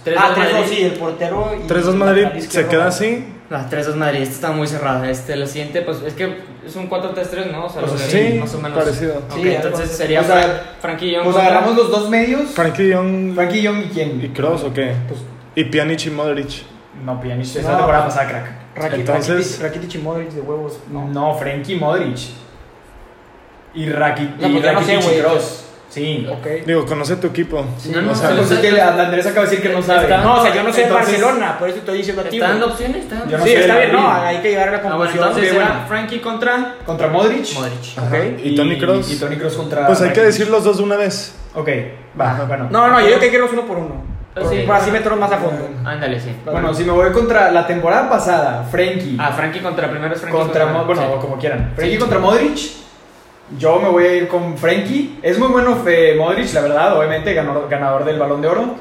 [SPEAKER 3] Tres-
[SPEAKER 4] Ah,
[SPEAKER 3] 3-2
[SPEAKER 4] 3-2,
[SPEAKER 3] Madrid.
[SPEAKER 4] sí, el portero. y
[SPEAKER 1] 3-2
[SPEAKER 4] el
[SPEAKER 1] Madrid
[SPEAKER 4] lateral
[SPEAKER 1] se
[SPEAKER 4] izquierdo.
[SPEAKER 1] queda así.
[SPEAKER 3] Las 3-2 Madrid, esta está muy cerrada. Este, la siguiente, pues es que es un 4-3-3, ¿no? O sea,
[SPEAKER 1] Pues
[SPEAKER 3] lo que
[SPEAKER 1] sí,
[SPEAKER 3] vi, más o menos.
[SPEAKER 1] parecido.
[SPEAKER 3] Ok,
[SPEAKER 4] Sí,
[SPEAKER 3] entonces
[SPEAKER 4] algo.
[SPEAKER 3] sería
[SPEAKER 4] O sea,
[SPEAKER 3] Fra- Frankie y Young
[SPEAKER 2] Pues
[SPEAKER 3] contra-
[SPEAKER 2] agarramos los dos medios.
[SPEAKER 1] Frankie de Jong
[SPEAKER 2] Frankie Young y
[SPEAKER 1] y
[SPEAKER 2] quién.
[SPEAKER 1] Kroos o qué?
[SPEAKER 4] Pues,
[SPEAKER 1] Y Pjanic y Modric.
[SPEAKER 2] No, pues Pjanic.
[SPEAKER 4] No.
[SPEAKER 2] Esta temporada pasada, crack.
[SPEAKER 4] Rakitic,
[SPEAKER 1] Entonces-
[SPEAKER 4] Rakitic- Rakitic y Modric de huevos. No.
[SPEAKER 2] No, Frankie Modric. Y Rakitic
[SPEAKER 4] No,
[SPEAKER 2] y
[SPEAKER 4] pues ya no sé,
[SPEAKER 2] Rakitic y
[SPEAKER 4] güey.
[SPEAKER 2] Kroos. Sí.
[SPEAKER 4] Ok.
[SPEAKER 1] Digo, conoce tu equipo.
[SPEAKER 3] No, no,
[SPEAKER 2] O sea,
[SPEAKER 3] no,
[SPEAKER 2] pues
[SPEAKER 3] no,
[SPEAKER 2] es que le- Andrés acaba de decir que no sabe.
[SPEAKER 3] Está-
[SPEAKER 4] No, o sea, yo no sé de
[SPEAKER 2] Entonces-
[SPEAKER 4] Barcelona, por eso estoy diciendo a ti.
[SPEAKER 3] ¿Está dando
[SPEAKER 4] güey.
[SPEAKER 3] opciones? ¿Está dando
[SPEAKER 2] Yo no
[SPEAKER 4] sí,
[SPEAKER 2] sé
[SPEAKER 4] está
[SPEAKER 2] del
[SPEAKER 4] bien, no,
[SPEAKER 2] Madrid.
[SPEAKER 4] hay que llegar a la
[SPEAKER 3] Ah, bueno,
[SPEAKER 4] conclusión.
[SPEAKER 3] entonces
[SPEAKER 2] Sí,
[SPEAKER 3] era
[SPEAKER 2] bueno.
[SPEAKER 3] Frankie contra
[SPEAKER 2] Contra Modric.
[SPEAKER 3] Modric.
[SPEAKER 1] Ajá. Y Tony Kroos.
[SPEAKER 2] Y Tony Kroos
[SPEAKER 4] Ah,
[SPEAKER 2] contra.
[SPEAKER 1] Pues hay que
[SPEAKER 2] Rakitic.
[SPEAKER 1] decir los dos de una vez.
[SPEAKER 2] Ok, va, bueno.
[SPEAKER 4] No, no, yo creo que quiero uno por uno.
[SPEAKER 3] Ah, sí.
[SPEAKER 4] Para así meternos más a fondo.
[SPEAKER 3] Ándale, sí.
[SPEAKER 2] Bueno, si me voy contra la temporada pasada, Frenkie
[SPEAKER 3] Ah, Frankie contra primero es Frankie
[SPEAKER 2] contra Mo- bueno,
[SPEAKER 3] Sí.
[SPEAKER 2] o como quieran. Frenkie contra Modric. Yo me voy a ir con Frenkie. Es muy bueno Fe Modric, la verdad, obviamente ganador, ganador del Balón de Oro,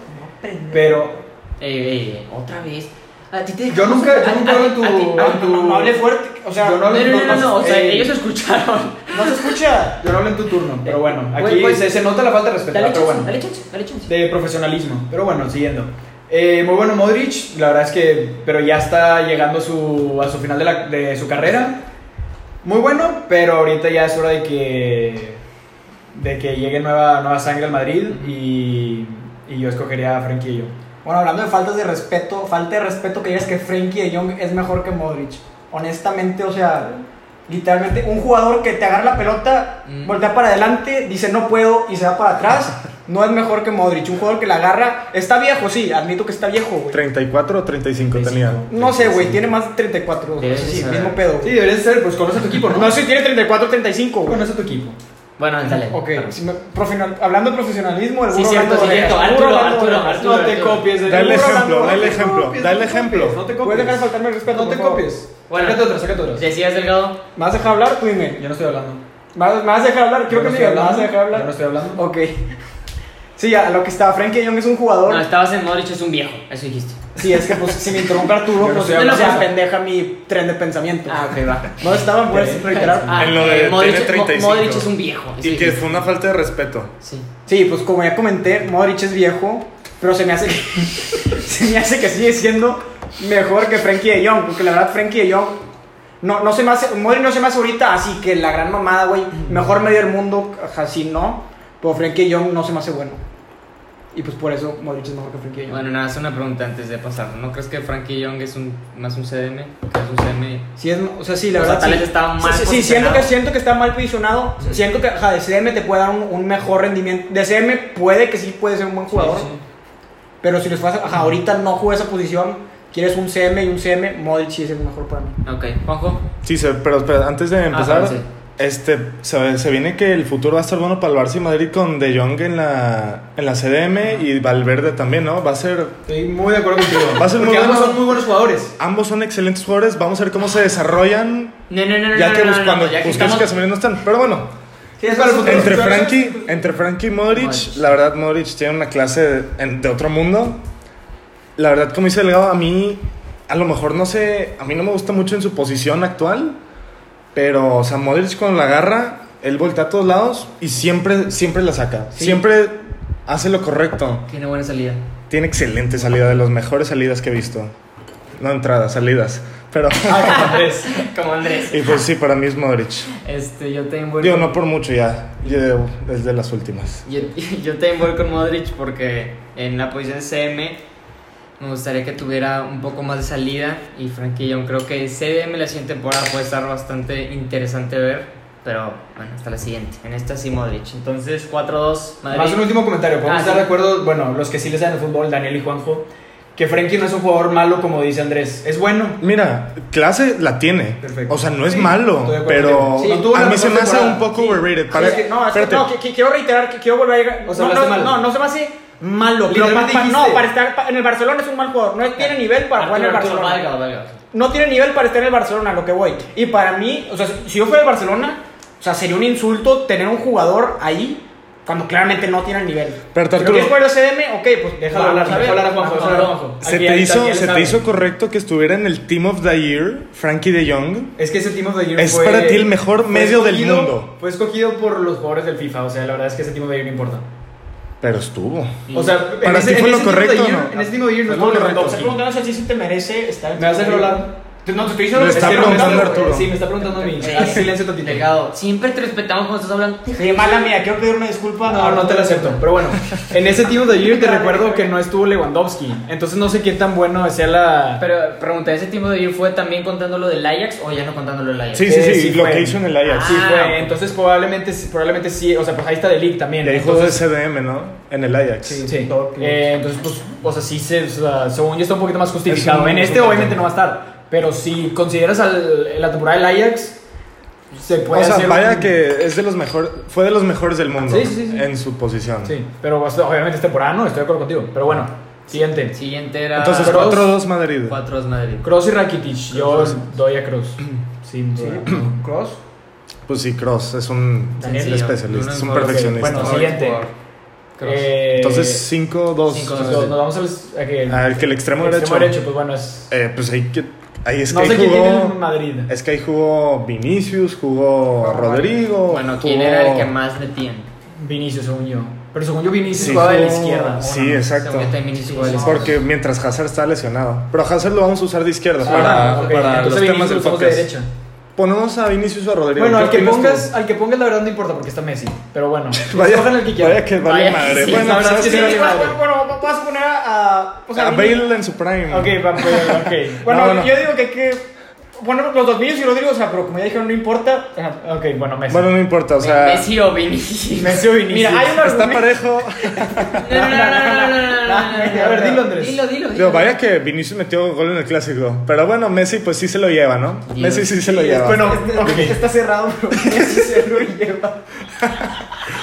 [SPEAKER 2] pero
[SPEAKER 3] Ey, ey, ey, otra vez. A ti te
[SPEAKER 2] Yo nunca- yo
[SPEAKER 3] a-
[SPEAKER 2] nunca
[SPEAKER 3] a-
[SPEAKER 2] hablo en tu-
[SPEAKER 3] a ti-
[SPEAKER 2] en tu-
[SPEAKER 4] No hable fuerte, o sea,
[SPEAKER 2] Yo
[SPEAKER 3] No,
[SPEAKER 4] no,
[SPEAKER 3] no, no, no, no, o sea,
[SPEAKER 2] Ey.
[SPEAKER 3] ellos escucharon.
[SPEAKER 4] se escucha.
[SPEAKER 2] yo no hablo en tu turno, pero bueno, aquí
[SPEAKER 3] Güey, güey.
[SPEAKER 2] se, se nota la falta de respeto,
[SPEAKER 3] Dale
[SPEAKER 2] Ah, pero
[SPEAKER 3] chance,
[SPEAKER 2] bueno,
[SPEAKER 3] dale chance, dale chance.
[SPEAKER 2] de profesionalismo, pero bueno, siguiendo. Eh, muy bueno Modric, la verdad es que, pero ya está llegando a su, a su final de, la- de su carrera. Muy bueno, pero ahorita ya es hora de que, de que llegue nueva, nueva sangre al Madrid y, y yo escogería a Frenkie de Jong.
[SPEAKER 4] Bueno, hablando de faltas de respeto, falta de respeto que digas que Frenkie de Jong es mejor que Modric. Honestamente, o sea, literalmente un jugador que te agarra la pelota,
[SPEAKER 3] Mm.
[SPEAKER 4] voltea para adelante, dice no puedo y se va para atrás, no es mejor que Modric. Un jugador que la agarra, está viejo, sí, admito que está viejo, güey.
[SPEAKER 1] 34 o 35 tenía.
[SPEAKER 4] No sé, güey, tiene más de 34.
[SPEAKER 3] Debe
[SPEAKER 4] sí, sí,
[SPEAKER 3] ser.
[SPEAKER 4] mismo pedo.
[SPEAKER 2] Sí, deberías ser, pues conoce a tu equipo, ¿no?
[SPEAKER 4] No sé si tiene 34 35, güey.
[SPEAKER 2] conoce a tu equipo.
[SPEAKER 3] Bueno, dale.
[SPEAKER 4] Ok,
[SPEAKER 3] Perdón.
[SPEAKER 4] si me- profesional- hablando de profesionalismo, el
[SPEAKER 3] Sí,
[SPEAKER 4] burro
[SPEAKER 3] cierto,
[SPEAKER 4] hablando
[SPEAKER 3] sí, cierto.
[SPEAKER 4] orejas,
[SPEAKER 3] Arturo,
[SPEAKER 4] burro hablando
[SPEAKER 3] Arturo,
[SPEAKER 4] orejas.
[SPEAKER 3] Arturo.
[SPEAKER 2] No te copies, del
[SPEAKER 1] Dale
[SPEAKER 2] burro,
[SPEAKER 1] ejemplo,
[SPEAKER 2] no te
[SPEAKER 1] dale
[SPEAKER 2] copies,
[SPEAKER 1] ejemplo,
[SPEAKER 2] no
[SPEAKER 1] dale
[SPEAKER 2] te
[SPEAKER 1] ejemplo.
[SPEAKER 2] copies, No te copies.
[SPEAKER 4] Puedes dejar de faltarme el respeto,
[SPEAKER 2] No te
[SPEAKER 4] por favor.
[SPEAKER 2] copies.
[SPEAKER 3] Bueno.
[SPEAKER 2] sácate otra, sácate otra.
[SPEAKER 3] Decías Delgado.
[SPEAKER 4] ¿Me vas a dejar hablar? Tú dime.
[SPEAKER 2] Yo no estoy hablando.
[SPEAKER 4] ¿Me vas, me vas a dejar hablar? Creo
[SPEAKER 2] Yo
[SPEAKER 4] que
[SPEAKER 2] no
[SPEAKER 4] sí,
[SPEAKER 2] estoy
[SPEAKER 4] ¿me vas a dejar
[SPEAKER 2] Yo
[SPEAKER 4] hablar?
[SPEAKER 2] no estoy hablando.
[SPEAKER 4] Ok. Sí, a lo que estaba, Frankie Young es un jugador.
[SPEAKER 3] No, estabas en Modric, es un viejo. Eso dijiste.
[SPEAKER 4] Sí, es que pues, si me interrumpe
[SPEAKER 2] Yo
[SPEAKER 4] Arturo,
[SPEAKER 2] no
[SPEAKER 4] pues
[SPEAKER 2] estoy
[SPEAKER 4] no se
[SPEAKER 2] hablando.
[SPEAKER 4] apendeja mi tren de pensamiento.
[SPEAKER 3] Ah, ok, va.
[SPEAKER 4] No estaban, puedes
[SPEAKER 2] Ok.
[SPEAKER 4] reiterar.
[SPEAKER 3] Ah,
[SPEAKER 1] En lo de
[SPEAKER 3] eh, Modric,
[SPEAKER 1] tiene
[SPEAKER 3] Mo-
[SPEAKER 1] 35.
[SPEAKER 3] Modric es un viejo.
[SPEAKER 1] Y
[SPEAKER 3] sí,
[SPEAKER 1] que
[SPEAKER 3] sí.
[SPEAKER 1] fue una falta de respeto.
[SPEAKER 3] Sí.
[SPEAKER 4] Sí, pues como ya comenté, Modric es viejo, pero se me hace que, se me hace que sigue siendo mejor que Frankie de Jong, porque la verdad Frankie de Jong No, no se me hace, Modric no se me hace ahorita así que la gran mamada, güey. Mejor medio del mundo, ajá, sí, no. Pero Frenkie de Jong no se me hace bueno. Y pues por eso Modric es mejor que Frenkie de Jong.
[SPEAKER 3] Bueno, nada, es una pregunta antes de pasar. ¿No crees que Frankie Young es un, más un CDM? Que es un CDM.
[SPEAKER 4] Sí, es, o sea, sí, la
[SPEAKER 3] O sea,
[SPEAKER 4] verdad.
[SPEAKER 3] tal
[SPEAKER 4] sí.
[SPEAKER 3] vez está mal
[SPEAKER 4] Sí, sí, siento que,
[SPEAKER 3] posicionado.
[SPEAKER 4] siento que está mal posicionado. Siento que ajá, de CM te puede dar un, un mejor rendimiento. De CM puede que sí puede ser un buen jugador.
[SPEAKER 3] Sí, sí.
[SPEAKER 4] Pero si les fueras, ajá, ahorita no juega esa posición, quieres un CM y un CM, Modric sí es el mejor para mí.
[SPEAKER 3] Ok, Juanjo.
[SPEAKER 1] Sí, se- pero espera, antes de empezar,
[SPEAKER 3] Ah, sí.
[SPEAKER 1] este, se, se viene que el futuro va a estar bueno para el Barça y Madrid con De Jong en la, en la CDM y Valverde también, ¿no? Va a ser...
[SPEAKER 2] Estoy muy de acuerdo contigo.
[SPEAKER 1] Va a ser muy
[SPEAKER 2] Porque ambos
[SPEAKER 1] bueno.
[SPEAKER 2] son muy buenos jugadores.
[SPEAKER 1] Ambos son excelentes jugadores, vamos a ver cómo se desarrollan,
[SPEAKER 3] No, no, no, no.
[SPEAKER 1] ya
[SPEAKER 3] no,
[SPEAKER 1] que
[SPEAKER 3] no,
[SPEAKER 1] bus-
[SPEAKER 3] no,
[SPEAKER 1] cuando
[SPEAKER 3] ya que
[SPEAKER 1] Busquets y
[SPEAKER 3] estamos-
[SPEAKER 1] Casemiro no están. Pero bueno,
[SPEAKER 4] Sí, es para el futuro.
[SPEAKER 1] entre
[SPEAKER 2] Pero-
[SPEAKER 1] Frankie, entre Frankie y Modric,
[SPEAKER 3] Modric.
[SPEAKER 1] la verdad Modric tiene una clase de, en- de otro mundo. La verdad, como dice Delgado, a mí a lo mejor no sé, a mí no me gusta mucho en su posición actual, pero o sea, Modric cuando la agarra, él voltea a todos lados y siempre siempre la saca.
[SPEAKER 3] Sí.
[SPEAKER 1] Siempre hace lo correcto.
[SPEAKER 3] Tiene buena salida.
[SPEAKER 1] Tiene excelente salida, de las mejores salidas que he visto. No entradas, salidas. Pero
[SPEAKER 3] Andrés. Como Andrés.
[SPEAKER 1] y pues sí, para mí es Modric.
[SPEAKER 3] Este, yo también voy
[SPEAKER 1] Digo,
[SPEAKER 3] con-
[SPEAKER 1] no por mucho ya, yo- desde las últimas.
[SPEAKER 3] Yo, yo también voy con Modric porque en la posición de CM me gustaría que tuviera un poco más de salida y Frankie Young creo que CDM la siguiente temporada puede estar bastante interesante ver, pero bueno, hasta la siguiente. En esta sí Modric. Entonces 4-2 Madrid.
[SPEAKER 2] Más un último comentario. Podemos
[SPEAKER 3] Ah,
[SPEAKER 2] estar
[SPEAKER 3] sí.
[SPEAKER 2] de acuerdo, bueno, los que sí les dan el fútbol, Daniel y Juanjo, que Frenkie no es un jugador malo como dice Andrés. Es bueno.
[SPEAKER 1] Mira, clase la tiene.
[SPEAKER 2] Perfecto.
[SPEAKER 1] O sea, no es
[SPEAKER 2] Sí,
[SPEAKER 1] malo,
[SPEAKER 2] estoy de acuerdo
[SPEAKER 1] pero
[SPEAKER 2] contigo. Sí, tuvo
[SPEAKER 1] a
[SPEAKER 2] la
[SPEAKER 1] mí se me
[SPEAKER 2] mejor
[SPEAKER 1] hace
[SPEAKER 2] temporada.
[SPEAKER 1] un poco
[SPEAKER 2] Sí.
[SPEAKER 1] overrated.
[SPEAKER 4] Sí,
[SPEAKER 1] Para-
[SPEAKER 4] es que- no, es que-
[SPEAKER 1] espérate.
[SPEAKER 4] no, que- que quiero reiterar que quiero volver a llegar.
[SPEAKER 2] O sea,
[SPEAKER 4] no,
[SPEAKER 2] lo hace
[SPEAKER 4] no,
[SPEAKER 2] mal.
[SPEAKER 4] no, no se me hace malo. Pero
[SPEAKER 2] Literalmente
[SPEAKER 4] pa- pa- no,
[SPEAKER 2] dijiste.
[SPEAKER 4] para estar pa- en el Barcelona es un mal jugador. No tiene nivel para jugar en el
[SPEAKER 3] Arturo, Arturo,
[SPEAKER 4] Barcelona.
[SPEAKER 3] valga, valga.
[SPEAKER 4] no tiene nivel para estar en el Barcelona, lo que voy. Y para mí, o sea, si yo fuera el Barcelona, o sea, sería un insulto tener un jugador ahí cuando claramente no tiene el nivel.
[SPEAKER 1] Pero,
[SPEAKER 4] si
[SPEAKER 1] Arturo-
[SPEAKER 4] no quieres jugar el CDM, ok, pues déjalo hablar.
[SPEAKER 2] Déjalo hablar a Juanjo, déjalo hablar a Juanjo.
[SPEAKER 1] ¿Se,
[SPEAKER 2] Aquí
[SPEAKER 1] te
[SPEAKER 2] ahí está,
[SPEAKER 1] hizo,
[SPEAKER 2] ya
[SPEAKER 1] ¿se
[SPEAKER 2] sabe.
[SPEAKER 1] te hizo correcto que estuviera en el Team of the Year, Frankie de Jong?
[SPEAKER 2] Es que ese Team of the Year
[SPEAKER 1] Es
[SPEAKER 2] fue-
[SPEAKER 1] para ti el mejor
[SPEAKER 2] fue
[SPEAKER 1] medio del
[SPEAKER 2] escogido-
[SPEAKER 1] mundo.
[SPEAKER 2] Fue escogido por los jugadores del FIFA, o sea, la verdad es que ese Team of the Year no importa.
[SPEAKER 1] Pero estuvo.
[SPEAKER 2] O sea,
[SPEAKER 1] ¿Para ti fue lo
[SPEAKER 2] Team of the
[SPEAKER 1] correcto o
[SPEAKER 2] Year-
[SPEAKER 1] no?
[SPEAKER 2] En ese Team of the Year no
[SPEAKER 4] Pues
[SPEAKER 2] estuvo
[SPEAKER 4] no, te
[SPEAKER 2] Lewandowski.
[SPEAKER 4] estoy preguntando si a ti sí te merece estar en
[SPEAKER 2] ¿Me vas a
[SPEAKER 4] el
[SPEAKER 2] dejar
[SPEAKER 4] Barcelona.
[SPEAKER 2] hablar?
[SPEAKER 4] Te- No, te estoy diciendo
[SPEAKER 1] Me
[SPEAKER 4] lo que
[SPEAKER 1] está
[SPEAKER 4] estoy
[SPEAKER 1] preguntando
[SPEAKER 4] preguntando.
[SPEAKER 1] Arturo.
[SPEAKER 2] Sí, me está preguntando a mí.
[SPEAKER 3] Eh,
[SPEAKER 2] Haz silencio tantito.
[SPEAKER 3] Delgado. Siempre te respetamos cuando estás hablando.
[SPEAKER 4] Sí, mala mía, quiero pedir una disculpa.
[SPEAKER 2] No, no te la acepto. Pero bueno, en ese Team of the Year te recuerdo que no estuvo Lewandowski. Entonces no sé qué tan bueno sea la.
[SPEAKER 3] Pero pregunta, ¿ese tiempo de ayer fue también contando lo del Ajax o ya no contando lo del Ajax?
[SPEAKER 1] Sí, sí,
[SPEAKER 2] Eh,
[SPEAKER 1] sí,
[SPEAKER 2] sí
[SPEAKER 1] lo
[SPEAKER 2] fue.
[SPEAKER 1] que hizo en el Ajax.
[SPEAKER 2] Sí,
[SPEAKER 3] Ah,
[SPEAKER 2] fue.
[SPEAKER 3] ok.
[SPEAKER 2] Entonces probablemente, probablemente sí. O sea, pues ahí está De Ligt también.
[SPEAKER 1] Le dijo de
[SPEAKER 2] entonces,
[SPEAKER 1] CDM, ¿no? En el Ajax.
[SPEAKER 2] sí.
[SPEAKER 4] Todo que-
[SPEAKER 2] Eh, entonces, pues, o sea, sí, se, o sea, según yo está un poquito más justificado.
[SPEAKER 1] Es un-
[SPEAKER 2] en este
[SPEAKER 1] un-
[SPEAKER 2] obviamente no va a estar. Pero si consideras al- la temporada del Ajax, se puede
[SPEAKER 1] O sea,
[SPEAKER 2] hacer
[SPEAKER 1] vaya
[SPEAKER 2] un-
[SPEAKER 1] que es de los mejores, fue de los mejores del mundo
[SPEAKER 2] Sí, sí, sí, sí.
[SPEAKER 1] en su posición.
[SPEAKER 2] Sí, pero o sea, obviamente es temporada, no, estoy de acuerdo contigo. Pero bueno, siguiente.
[SPEAKER 3] Siguiente era
[SPEAKER 1] Entonces,
[SPEAKER 2] Ah, Kroos,
[SPEAKER 1] 4-2 Madrid.
[SPEAKER 3] 4-2 Madrid.
[SPEAKER 2] Kroos y Rakitic. Yo
[SPEAKER 3] Kroos.
[SPEAKER 2] doy a Kroos. Sin
[SPEAKER 4] Sí,
[SPEAKER 2] duda.
[SPEAKER 4] Cross.
[SPEAKER 1] Pues sí, Cross es un
[SPEAKER 2] Eh,
[SPEAKER 3] Sencillo.
[SPEAKER 1] especialista,
[SPEAKER 3] Uno
[SPEAKER 1] es un
[SPEAKER 3] mejor-
[SPEAKER 1] perfeccionista.
[SPEAKER 2] Bueno, siguiente.
[SPEAKER 3] Jugador. Kroos.
[SPEAKER 2] Eh,
[SPEAKER 1] Entonces, 5-2.
[SPEAKER 3] cinco,
[SPEAKER 2] nos, nos vamos al, a que-
[SPEAKER 1] Ah, el que el extremo derecho.
[SPEAKER 2] pues bueno, es.
[SPEAKER 1] Eh, pues ahí, que- ahí es
[SPEAKER 2] no
[SPEAKER 1] que
[SPEAKER 2] sé
[SPEAKER 1] ahí
[SPEAKER 2] quién tiene
[SPEAKER 1] jugó.
[SPEAKER 2] en Madrid.
[SPEAKER 1] Es que ahí jugó Vinicius, jugó Rodrigo.
[SPEAKER 3] Bueno, ¿quién
[SPEAKER 1] jugó-
[SPEAKER 3] era el que más metían?
[SPEAKER 2] Vinicius, según yo. Pero según yo, Vinicius
[SPEAKER 1] Sí,
[SPEAKER 2] jugaba de la
[SPEAKER 1] jugó-
[SPEAKER 2] izquierda.
[SPEAKER 1] Sí, exacto.
[SPEAKER 3] Según yo también hizo igual.
[SPEAKER 1] Porque mientras Hazard está lesionado. Pero a Hazard lo vamos a usar de izquierda
[SPEAKER 2] Ah,
[SPEAKER 1] para,
[SPEAKER 2] ok.
[SPEAKER 1] para
[SPEAKER 2] Entonces
[SPEAKER 1] los
[SPEAKER 2] Vinicius
[SPEAKER 1] temas del
[SPEAKER 2] lo usamos
[SPEAKER 1] podcast.
[SPEAKER 2] de derecha.
[SPEAKER 1] Ponemos a Vinicius o a Rodrigo.
[SPEAKER 2] Bueno,
[SPEAKER 1] ¿Qué
[SPEAKER 2] al que,
[SPEAKER 1] opinas tú?
[SPEAKER 2] pongas, al que pongas, la verdad no importa porque está Messi. Pero bueno,
[SPEAKER 1] Vaya,
[SPEAKER 2] escojan el que quieran.
[SPEAKER 1] vaya que vale
[SPEAKER 3] Vaya que
[SPEAKER 1] madre.
[SPEAKER 3] sí,
[SPEAKER 1] bueno,
[SPEAKER 2] la verdad
[SPEAKER 1] ¿sabes
[SPEAKER 2] es que
[SPEAKER 1] qué?
[SPEAKER 2] sí.
[SPEAKER 4] Bueno, bueno, vas a poner a. o sea,
[SPEAKER 1] a
[SPEAKER 4] Vini-
[SPEAKER 1] Bale en su prime.
[SPEAKER 2] Ok, va, pues, ok.
[SPEAKER 4] Bueno,
[SPEAKER 1] No, no.
[SPEAKER 4] yo digo que hay que. Bueno, los dos millos y Rodrigo, o sea, pero como ya dijeron, no importa.
[SPEAKER 2] Ajá, Ok, bueno, Messi.
[SPEAKER 1] Bueno, no importa, o sea,
[SPEAKER 3] Messi o Vinicius.
[SPEAKER 2] Messi o Vinicius.
[SPEAKER 4] Mira, hay un
[SPEAKER 1] está
[SPEAKER 4] argumento.
[SPEAKER 1] parejo.
[SPEAKER 3] No, no, no, no, no, no, no, no, no, no.
[SPEAKER 2] A ver, dilo, Andrés.
[SPEAKER 3] Dilo, dilo.
[SPEAKER 1] Digo,
[SPEAKER 3] dilo.
[SPEAKER 1] vaya que Vinicius metió gol en el clásico. Pero bueno, Messi pues sí se lo lleva, ¿no?
[SPEAKER 3] Dios.
[SPEAKER 1] Messi sí se lo lleva.
[SPEAKER 2] Bueno,
[SPEAKER 4] Este-
[SPEAKER 2] ok.
[SPEAKER 4] Está cerrado, pero Messi se lo lleva.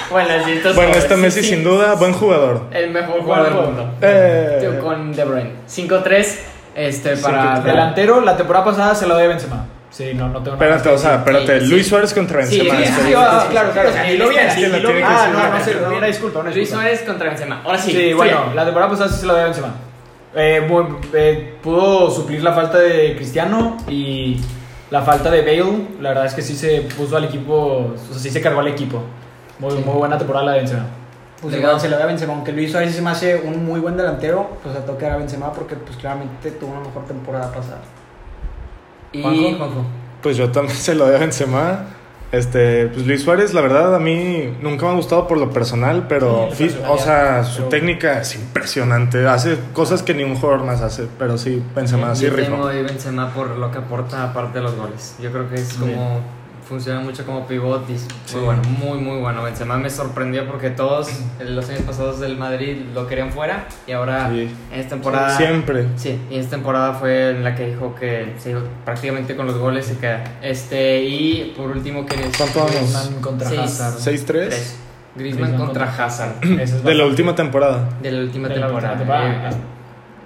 [SPEAKER 3] Bueno, sí, entonces.
[SPEAKER 1] Bueno,
[SPEAKER 3] a ver,
[SPEAKER 1] este
[SPEAKER 3] sí,
[SPEAKER 1] Messi
[SPEAKER 3] sí.
[SPEAKER 1] sin duda, buen jugador.
[SPEAKER 3] El mejor jugador del
[SPEAKER 2] Juanjo.
[SPEAKER 3] mundo.
[SPEAKER 1] Eh.
[SPEAKER 3] Tío, Con De Bruyne. 5-3. Este, para.
[SPEAKER 2] Delantero, la temporada pasada se lo doy a Benzema. Sí, no, no tengo nada.
[SPEAKER 1] Espérate, o sea, espérate.
[SPEAKER 3] sí.
[SPEAKER 1] Luis Suárez contra
[SPEAKER 3] Sí,
[SPEAKER 1] Benzema. este,
[SPEAKER 3] sí,
[SPEAKER 1] está
[SPEAKER 3] sí, sí,
[SPEAKER 1] bien.
[SPEAKER 4] ah,
[SPEAKER 3] sí,
[SPEAKER 4] claro,
[SPEAKER 3] sí,
[SPEAKER 4] claro.
[SPEAKER 3] sí,
[SPEAKER 4] Si
[SPEAKER 3] sí,
[SPEAKER 4] lo
[SPEAKER 3] sí,
[SPEAKER 4] vieras,
[SPEAKER 3] sí,
[SPEAKER 4] si
[SPEAKER 1] lo
[SPEAKER 4] lo
[SPEAKER 1] tiene
[SPEAKER 4] vieras.
[SPEAKER 1] que
[SPEAKER 4] Ah,
[SPEAKER 1] decir.
[SPEAKER 4] no, no
[SPEAKER 2] se
[SPEAKER 4] sé,
[SPEAKER 2] lo
[SPEAKER 4] no.
[SPEAKER 2] una disculpa, una
[SPEAKER 3] Luis
[SPEAKER 2] disculpa.
[SPEAKER 3] Suárez contra Benzema. Ahora sí.
[SPEAKER 2] Sí,
[SPEAKER 3] sigue.
[SPEAKER 2] bueno, la temporada pasada sí se lo doy a Benzema. Eh, muy- eh, pudo suplir la falta de Cristiano y la falta de Bale. La verdad es que sí se puso al equipo, o sea, sí se cargó al equipo. Muy,
[SPEAKER 3] Sí.
[SPEAKER 2] muy buena temporada la de Benzema.
[SPEAKER 4] Pues igual se lo ve a Benzema, aunque Luis Suárez se me hace un muy buen delantero, pues a tocar a Benzema porque pues claramente tuvo una mejor temporada pasada.
[SPEAKER 3] Y
[SPEAKER 2] Juanjo.
[SPEAKER 3] Juanjo.
[SPEAKER 1] pues yo también se lo doy a Benzema. Este, pues Luis Suárez, la verdad, a mí nunca me ha gustado por lo personal, pero,
[SPEAKER 2] Sí,
[SPEAKER 1] fi-
[SPEAKER 2] personalidad,
[SPEAKER 1] o sea, su
[SPEAKER 2] pero-
[SPEAKER 1] técnica es impresionante. Hace cosas que ni un jugador más hace, pero sí, Benzema, sí
[SPEAKER 3] Yo
[SPEAKER 1] rifó.
[SPEAKER 3] tengo a Benzema por lo que aporta aparte de los goles. Yo creo que es como funciona mucho como pivot y es muy bueno, muy muy bueno. Benzema me sorprendió porque todos en los años pasados del Madrid lo querían fuera y ahora
[SPEAKER 1] Sí.
[SPEAKER 3] en esta temporada
[SPEAKER 1] Siempre.
[SPEAKER 3] Sí, y esta temporada fue en la que dijo que se dijo prácticamente con los goles se queda. Este y por último que es
[SPEAKER 1] ¿Cuánto vamos?
[SPEAKER 2] Griezmann contra
[SPEAKER 3] Seis.
[SPEAKER 2] Hazard.
[SPEAKER 1] ¿6-3?
[SPEAKER 3] Tres. Griezmann contra Hazard
[SPEAKER 2] Ese es
[SPEAKER 1] De la
[SPEAKER 2] bastante-
[SPEAKER 1] última temporada.
[SPEAKER 3] de la última
[SPEAKER 2] de la última
[SPEAKER 3] temporada.
[SPEAKER 2] temporada.
[SPEAKER 3] Eh,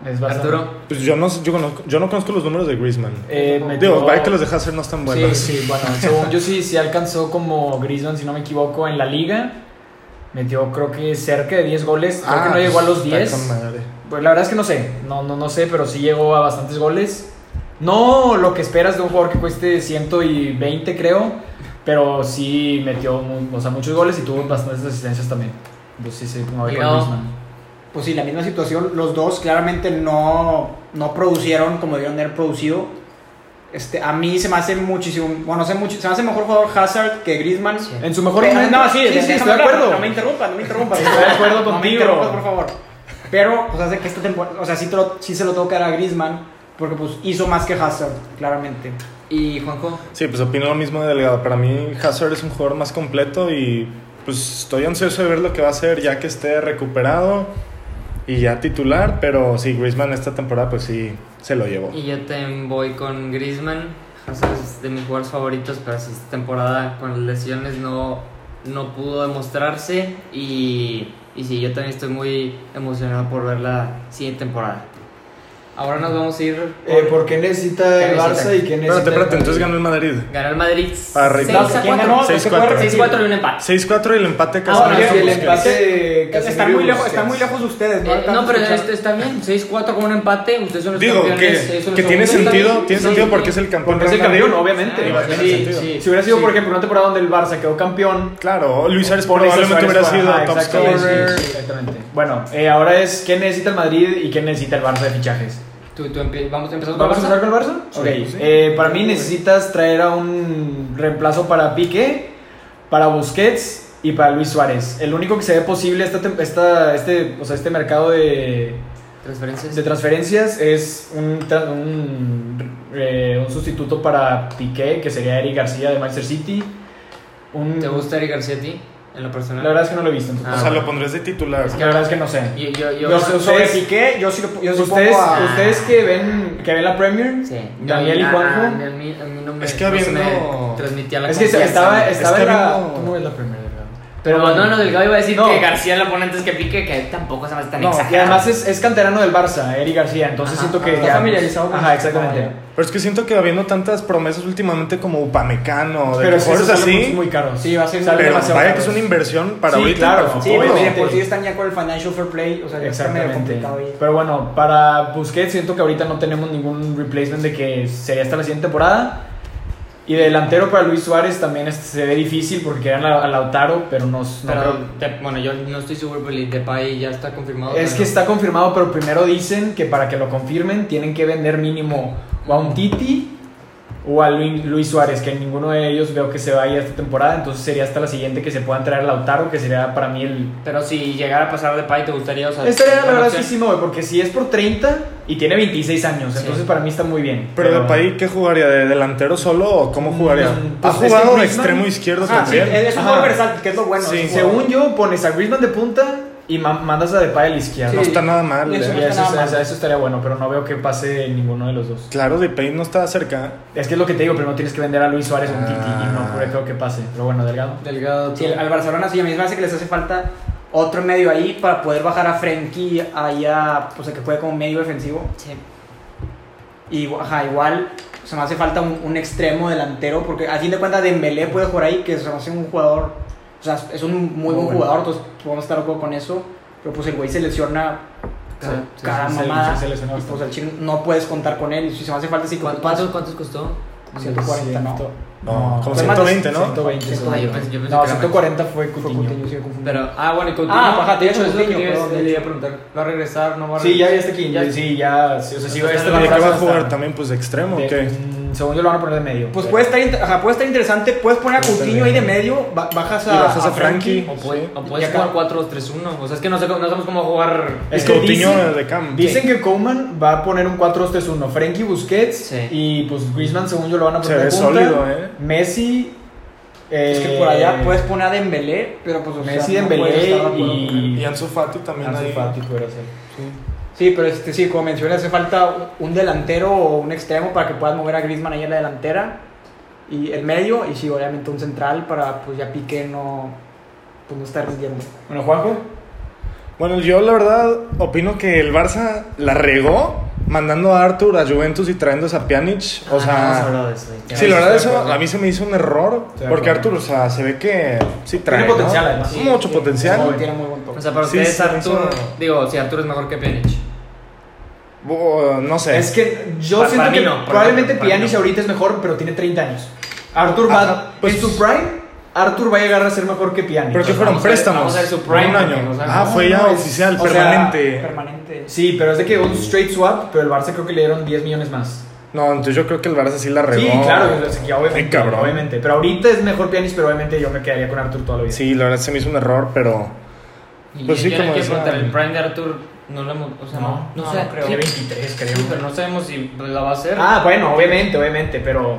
[SPEAKER 2] Es bastante-
[SPEAKER 3] Arturo,
[SPEAKER 1] Pues yo no, yo, conozco, yo no conozco los números de Griezmann.
[SPEAKER 2] Eh, me
[SPEAKER 1] Digo,
[SPEAKER 2] tocó-
[SPEAKER 1] vaya que los de Hazard no están buenos.
[SPEAKER 2] Sí, sí, bueno, según yo sí, sí alcanzó como Griezmann, si no me equivoco, en la liga. Metió creo que cerca de 10 goles, creo que no llegó a los
[SPEAKER 1] Ah, está
[SPEAKER 2] 10.
[SPEAKER 1] con madre.
[SPEAKER 2] Pues la verdad es que no sé, no, no, no sé, pero sí llegó a bastantes goles. No lo que esperas de un jugador que cueste 120 creo, pero sí metió mu- o sea, muchos goles y tuvo bastantes asistencias también. Pues sí, sí, me voy con
[SPEAKER 3] Ligado.
[SPEAKER 2] Griezmann.
[SPEAKER 4] Pues sí, la misma situación. Los dos claramente no, no producieron como debieron haber producido. Este, a mí se me hace muchísimo. Bueno, se, mucho- se me hace mejor jugador Hazard que Griezmann.
[SPEAKER 3] Sí.
[SPEAKER 2] En su mejor
[SPEAKER 4] Pero-
[SPEAKER 2] momento,
[SPEAKER 4] no, sí,
[SPEAKER 2] sí, sí,
[SPEAKER 4] déjame
[SPEAKER 2] estoy de
[SPEAKER 4] hablar,
[SPEAKER 2] acuerdo.
[SPEAKER 4] No me interrumpas, no me interrumpas.
[SPEAKER 2] Estoy de acuerdo
[SPEAKER 4] No me
[SPEAKER 2] contigo.
[SPEAKER 4] interrumpas, por favor. Pero, pues hace que esta temporada. O sea, sí, te lo- sí se lo tengo que dar a Griezmann. Porque, pues, hizo más que Hazard, claramente.
[SPEAKER 3] y Juanjo,
[SPEAKER 1] Sí, pues opino lo mismo de Delgado. Para mí Hazard es un jugador más completo y pues estoy ansioso de ver lo que va a hacer ya que esté recuperado y ya titular, pero sí, Griezmann esta temporada pues sí se lo llevó.
[SPEAKER 3] Y yo te voy con Griezmann. Hazard es de mis jugadores favoritos, pero sí, esta temporada con las lesiones no, no pudo demostrarse. Y, y sí, yo también estoy muy emocionado por ver la siguiente temporada. Ahora nos vamos a ir. con-
[SPEAKER 2] Eh, ¿Por qué necesita el
[SPEAKER 3] ¿Qué necesita?
[SPEAKER 2] Barça y
[SPEAKER 1] Espérate,
[SPEAKER 2] qué necesita? el
[SPEAKER 1] espérate,
[SPEAKER 2] Madrid?
[SPEAKER 1] entonces ganó el Madrid.
[SPEAKER 3] Ganó el Madrid
[SPEAKER 1] Ah,
[SPEAKER 3] 6
[SPEAKER 1] Rita.
[SPEAKER 3] a
[SPEAKER 4] ¿Quién
[SPEAKER 3] 4.
[SPEAKER 4] ganó? ¿Qué
[SPEAKER 1] 6-4.
[SPEAKER 4] puede decir?
[SPEAKER 3] 6-4 y un empate.
[SPEAKER 1] 6-4 y el empate casi.
[SPEAKER 2] Ahora,
[SPEAKER 1] no
[SPEAKER 2] sí, el
[SPEAKER 1] Busquets.
[SPEAKER 2] empate de
[SPEAKER 4] Están
[SPEAKER 2] Casemiro
[SPEAKER 4] muy,
[SPEAKER 2] y
[SPEAKER 4] lejos,
[SPEAKER 2] Busquets.
[SPEAKER 4] están muy lejos de ustedes, ¿no?
[SPEAKER 3] Eh, no,
[SPEAKER 4] alcanzo a
[SPEAKER 3] pero
[SPEAKER 4] escuchar.
[SPEAKER 3] este está bien. 6-4 con un empate. Ustedes son los
[SPEAKER 1] Digo que,
[SPEAKER 3] campeones. ellos son los
[SPEAKER 1] que tiene
[SPEAKER 3] segundos.
[SPEAKER 1] sentido,
[SPEAKER 3] Sí,
[SPEAKER 1] tiene
[SPEAKER 3] sí,
[SPEAKER 1] sentido
[SPEAKER 3] sí.
[SPEAKER 1] porque es el campeón.
[SPEAKER 2] Porque es el
[SPEAKER 1] Real Madrid.
[SPEAKER 2] campeón, obviamente.
[SPEAKER 1] Sí, va a tener
[SPEAKER 3] Sí,
[SPEAKER 1] sentido.
[SPEAKER 3] sí.
[SPEAKER 2] Si hubiera sido,
[SPEAKER 3] Sí.
[SPEAKER 2] por ejemplo, una temporada donde el Barça quedó campeón,
[SPEAKER 1] Claro, Luis Suárez
[SPEAKER 2] pones a
[SPEAKER 1] probablemente hubiera
[SPEAKER 2] Suárez
[SPEAKER 1] sido
[SPEAKER 2] para-
[SPEAKER 1] top
[SPEAKER 2] ah, exactamente,
[SPEAKER 1] scorer.
[SPEAKER 2] sí, Exactamente. Bueno, eh, ahora es qué necesita el Madrid y qué necesita el Barça de fichajes.
[SPEAKER 3] Tú- tú empie- Vamos a empezar con
[SPEAKER 2] ¿Vamos a
[SPEAKER 3] Barça.
[SPEAKER 2] empezar con el Barça?
[SPEAKER 1] Sí,
[SPEAKER 2] ok.
[SPEAKER 1] pues sí.
[SPEAKER 2] Eh, para mí necesitas traer a un reemplazo para Piqué, para Busquets y para Luis Suárez. El único que se ve posible esta, tem- esta- este, o sea, este mercado de,
[SPEAKER 3] Transferencias.
[SPEAKER 2] de transferencias es un, tra- un, eh, un sustituto para Piqué, que sería Eric García de Manchester City. Un-
[SPEAKER 3] ¿Te gusta Eric García a ti? En lo personal.
[SPEAKER 2] La verdad es que no lo he visto. entonces-
[SPEAKER 1] O sea, lo pondrías de titular.
[SPEAKER 2] la verdad es que no sé.
[SPEAKER 3] Yo, yo, yo,
[SPEAKER 2] Yo
[SPEAKER 4] So- Sobre Piqué, yo sí lo yo sí
[SPEAKER 2] Ustedes,
[SPEAKER 4] pongo a-
[SPEAKER 2] ustedes que ven que ven la Premier,
[SPEAKER 3] Sí.
[SPEAKER 2] Daniel y
[SPEAKER 3] Ah,
[SPEAKER 2] Juanjo.
[SPEAKER 3] A mí, a mí- a mí no me,
[SPEAKER 1] Es que
[SPEAKER 3] no se
[SPEAKER 1] habiendo-
[SPEAKER 3] me transmitía la
[SPEAKER 2] Es que
[SPEAKER 3] confianza.
[SPEAKER 2] estaba,
[SPEAKER 1] Es
[SPEAKER 2] estaba
[SPEAKER 1] que
[SPEAKER 2] en la.
[SPEAKER 1] no-
[SPEAKER 2] ¿Cómo ves la Premier Delgado?
[SPEAKER 3] Pero no, no, Delgado iba a decir
[SPEAKER 2] No.
[SPEAKER 3] que García lo pone antes que Pique, que tampoco se me hace tan
[SPEAKER 2] No, y
[SPEAKER 3] exagerado.
[SPEAKER 2] además es, es canterano del Barça, Eric García, entonces
[SPEAKER 3] Ajá,
[SPEAKER 2] siento que.
[SPEAKER 4] está
[SPEAKER 2] ya-
[SPEAKER 4] familiarizado con
[SPEAKER 2] Ajá,
[SPEAKER 4] el sistema,
[SPEAKER 2] exactamente.
[SPEAKER 4] ya.
[SPEAKER 1] Pero es que siento que habiendo tantas promesas últimamente como Upamecano, de
[SPEAKER 2] Pero es que
[SPEAKER 1] jugadores
[SPEAKER 2] esos salen
[SPEAKER 1] así,
[SPEAKER 2] muy, muy caros.
[SPEAKER 4] Sí, va a ser-
[SPEAKER 2] Salen
[SPEAKER 1] pero
[SPEAKER 2] demasiado
[SPEAKER 1] vaya que
[SPEAKER 2] caros.
[SPEAKER 1] es una inversión para
[SPEAKER 2] Sí,
[SPEAKER 1] ahorita. y para
[SPEAKER 2] claro.
[SPEAKER 1] el
[SPEAKER 4] Sí,
[SPEAKER 1] futuro.
[SPEAKER 4] pues,
[SPEAKER 2] Obviamente.
[SPEAKER 4] de por sí están ya con el Financial Fair Play, o sea, ya está medio
[SPEAKER 2] Exactamente.
[SPEAKER 4] complicado ahí.
[SPEAKER 2] Pero bueno, para Busquets siento que ahorita no tenemos ningún replacement de que sería hasta la siguiente temporada. Y de delantero para Luis Suárez también es- se ve difícil porque querían a, a Lautaro, pero nos, no
[SPEAKER 3] Pero,
[SPEAKER 2] creo-
[SPEAKER 3] de- bueno, yo no estoy seguro, pero el Depay ya está confirmado.
[SPEAKER 2] Es
[SPEAKER 3] pero-
[SPEAKER 2] que está confirmado, pero primero dicen que para que lo confirmen tienen que vender mínimo o a un Titi o a Luis, Luis Suárez, que ninguno de ellos veo que se vaya esta temporada, entonces sería hasta la siguiente que se puedan traer a Lautaro, que sería para mí el...
[SPEAKER 3] Pero si llegara a pasar Depay, ¿te gustaría? O sea,
[SPEAKER 2] Esta Este era la
[SPEAKER 3] buena
[SPEAKER 2] verdad sí,
[SPEAKER 3] opción.
[SPEAKER 2] sí, no, porque si es por 30 y tiene 26 años,
[SPEAKER 3] Sí.
[SPEAKER 2] entonces para mí está muy bien.
[SPEAKER 1] Pero de país, ¿qué jugaría? ¿De delantero solo o cómo jugaría?
[SPEAKER 2] Mm,
[SPEAKER 1] ha
[SPEAKER 2] pues, es
[SPEAKER 1] jugado
[SPEAKER 2] que
[SPEAKER 1] de
[SPEAKER 2] Griezmann-
[SPEAKER 1] extremo izquierdo
[SPEAKER 4] Ah, sí,
[SPEAKER 1] Pues también.
[SPEAKER 4] es un
[SPEAKER 2] Ajá.
[SPEAKER 4] jugador versátil, que es lo bueno.
[SPEAKER 1] Sí.
[SPEAKER 4] es un jugador-
[SPEAKER 2] Según yo, pones a Griezmann de punta y ma- mandas a Depay al izquierdo.
[SPEAKER 1] no está nada mal.
[SPEAKER 4] Eso
[SPEAKER 1] eh.
[SPEAKER 2] Y eso,
[SPEAKER 4] nada mal.
[SPEAKER 2] eso- eso estaría bueno, pero no veo que pase ninguno de los dos.
[SPEAKER 1] Claro, de Payne no está cerca.
[SPEAKER 2] Es que es lo que te digo, primero tienes que vender a Luis Suárez o un Titi y
[SPEAKER 1] Ah.
[SPEAKER 2] no creo que pase. Pero bueno, Delgado.
[SPEAKER 3] Delgado,
[SPEAKER 4] Sí, al Barcelona sí, a mí se me hace que les hace falta otro medio ahí para poder bajar a Frenkie allá, o sea, que juegue como medio defensivo.
[SPEAKER 3] Sí.
[SPEAKER 4] Y ajá, igual se me hace falta un, un extremo delantero, porque a fin de cuentas Dembélé puede jugar ahí, que se me hace un jugador, o sea, es un muy, buen
[SPEAKER 2] bueno.
[SPEAKER 4] jugador, entonces podemos estar de acuerdo con eso, pero pues el güey se lesiona
[SPEAKER 3] Sí,
[SPEAKER 4] cada-
[SPEAKER 3] sí, sí,
[SPEAKER 4] cada
[SPEAKER 2] sí, se-
[SPEAKER 4] mamada,
[SPEAKER 2] sí, se lesionó
[SPEAKER 4] y, pues
[SPEAKER 2] bastante.
[SPEAKER 4] al chile no puedes contar con él, y si se me hace falta, si
[SPEAKER 3] ¿Cuánto, cuánto- cuántos costó?
[SPEAKER 4] 140, no.
[SPEAKER 1] No, como
[SPEAKER 4] Fue más de
[SPEAKER 1] 120, ¿no?
[SPEAKER 2] 120,
[SPEAKER 3] Ah, yo
[SPEAKER 2] sí.
[SPEAKER 3] pensé- yo pensé
[SPEAKER 2] No,
[SPEAKER 3] que era
[SPEAKER 2] 140 fue
[SPEAKER 4] Fue
[SPEAKER 2] Coutinho.
[SPEAKER 4] Coutinho, sí, me confundí.
[SPEAKER 3] Pero, ah, bueno, y Coutinho.
[SPEAKER 4] Ah, ajá, te he hecho
[SPEAKER 3] Eso es lo que
[SPEAKER 4] Coutinho,
[SPEAKER 3] te iba-
[SPEAKER 4] perdón, de
[SPEAKER 3] le iba a
[SPEAKER 4] hecho.
[SPEAKER 3] preguntar. ¿Va a regresar? ¿No va a
[SPEAKER 2] Sí, ya
[SPEAKER 3] regresar?
[SPEAKER 2] está aquí. Sí, ya. sí, o sea, sí, este
[SPEAKER 3] Hasta está
[SPEAKER 1] ¿Y
[SPEAKER 3] en
[SPEAKER 1] de
[SPEAKER 3] la
[SPEAKER 1] qué
[SPEAKER 2] Barça
[SPEAKER 1] va a
[SPEAKER 2] está-
[SPEAKER 1] jugar también? Pues de extremo, ¿o
[SPEAKER 2] de-
[SPEAKER 1] ¿qué?
[SPEAKER 2] mm,
[SPEAKER 5] Según yo lo van a poner de medio.
[SPEAKER 4] Pues puede estar, int- ajá, puede estar interesante. Puedes poner a
[SPEAKER 1] Puede estar
[SPEAKER 4] Coutinho ahí de
[SPEAKER 1] bien.
[SPEAKER 4] medio, ba- bajas a,
[SPEAKER 1] Y bajas a
[SPEAKER 4] Frankie.
[SPEAKER 1] Frankie.
[SPEAKER 3] O, puede-
[SPEAKER 1] Sí.
[SPEAKER 3] o
[SPEAKER 4] Y
[SPEAKER 3] puedes
[SPEAKER 4] acá-
[SPEAKER 3] jugar 4-2-3-1. O sea, es que no, sé, cómo- no sabemos cómo jugar.
[SPEAKER 1] Es
[SPEAKER 5] que
[SPEAKER 1] que Coutinho
[SPEAKER 5] dicen-
[SPEAKER 1] de Cam.
[SPEAKER 5] Dicen que Coman va a poner un 4-2-3-1. Frenkie Busquets
[SPEAKER 3] Sí.
[SPEAKER 5] y pues Griezmann, según yo, lo van a
[SPEAKER 1] Se
[SPEAKER 5] poner de
[SPEAKER 1] ve
[SPEAKER 5] punta.
[SPEAKER 1] sólido, ¿eh?
[SPEAKER 5] Messi.
[SPEAKER 4] Es que
[SPEAKER 5] eh,
[SPEAKER 4] por allá puedes poner a Dembélé, pero pues o sea,
[SPEAKER 5] Messi,
[SPEAKER 4] no puedes
[SPEAKER 5] Dembélé
[SPEAKER 4] estar de acuerdo con él.
[SPEAKER 5] y.
[SPEAKER 1] Y Ansu Fati también
[SPEAKER 5] Ansu
[SPEAKER 1] ahí.
[SPEAKER 5] Fati pudiera ser.
[SPEAKER 4] Sí, pero este, sí, como mencioné, hace falta un delantero o un extremo para que puedas mover a Griezmann ahí en la delantera y en medio y sí, obviamente un central para pues ya Piqué no pues no estar rindiendo.
[SPEAKER 5] Bueno, Juanjo.
[SPEAKER 1] Bueno, yo la verdad opino que el Barça la regó mandando a Arthur a Juventus y trayendo a Pjanic.
[SPEAKER 3] Ah,
[SPEAKER 1] O sea, Sí, la verdad, eso a mí se me hizo un error.
[SPEAKER 5] Estoy de
[SPEAKER 1] Porque
[SPEAKER 5] acuerdo.
[SPEAKER 1] Arthur, o sea, se ve que sí trae.
[SPEAKER 5] Tiene
[SPEAKER 1] ¿no?
[SPEAKER 5] potencial, además.
[SPEAKER 1] Sí, Mucho
[SPEAKER 4] Sí,
[SPEAKER 1] potencial.
[SPEAKER 4] sí, Tiene muy buen toque.
[SPEAKER 3] O sea, para
[SPEAKER 1] Sí,
[SPEAKER 3] ustedes,
[SPEAKER 1] sí,
[SPEAKER 3] Arturo.
[SPEAKER 1] eso-
[SPEAKER 3] Digo, si Arturo es mejor que Pjanic.
[SPEAKER 1] Bo- no sé.
[SPEAKER 5] Es que yo
[SPEAKER 3] Para-
[SPEAKER 5] siento
[SPEAKER 3] para mí
[SPEAKER 5] que
[SPEAKER 3] no, para-
[SPEAKER 5] probablemente
[SPEAKER 3] para mí
[SPEAKER 5] Pjanic
[SPEAKER 3] no.
[SPEAKER 5] ahorita es mejor, pero tiene 30 años. Arthur va.
[SPEAKER 1] Ajá, pues-
[SPEAKER 5] en su prime, Arthur va a llegar a ser mejor que Pjanic.
[SPEAKER 1] Pero que
[SPEAKER 3] Pues
[SPEAKER 1] fueron
[SPEAKER 3] vamos a ver-
[SPEAKER 1] préstamos.
[SPEAKER 3] vamos a ver su prime,
[SPEAKER 1] un año.
[SPEAKER 3] porque, o sea,
[SPEAKER 1] ah,
[SPEAKER 3] no,
[SPEAKER 1] fue ya
[SPEAKER 5] no, es-
[SPEAKER 1] oficial,
[SPEAKER 4] O sea,
[SPEAKER 1] permanente.
[SPEAKER 4] permanente.
[SPEAKER 5] Sí, pero es de que un straight swap, pero el Barça creo que le dieron 10 millones más.
[SPEAKER 1] no, entonces yo creo que el Barça sí la regó.
[SPEAKER 5] Sí, claro, o sea, que obviamente,
[SPEAKER 1] Ay, cabrón.
[SPEAKER 5] obviamente. Pero ahorita es mejor pianista, pero obviamente yo me quedaría con Arthur toda la vida.
[SPEAKER 1] Sí, la verdad se me hizo un error, pero.
[SPEAKER 3] Y
[SPEAKER 1] Pues sí,
[SPEAKER 3] yo no
[SPEAKER 1] como
[SPEAKER 3] quiero
[SPEAKER 1] decía-
[SPEAKER 3] preguntar, el prime de Artur no lo hemos. O sea, no, no, sé,
[SPEAKER 5] creo.
[SPEAKER 3] sí,
[SPEAKER 5] Tiene 23, creo.
[SPEAKER 3] sí, pero no sabemos si pues, la va a hacer.
[SPEAKER 5] Ah, bueno, obviamente, obviamente, pero.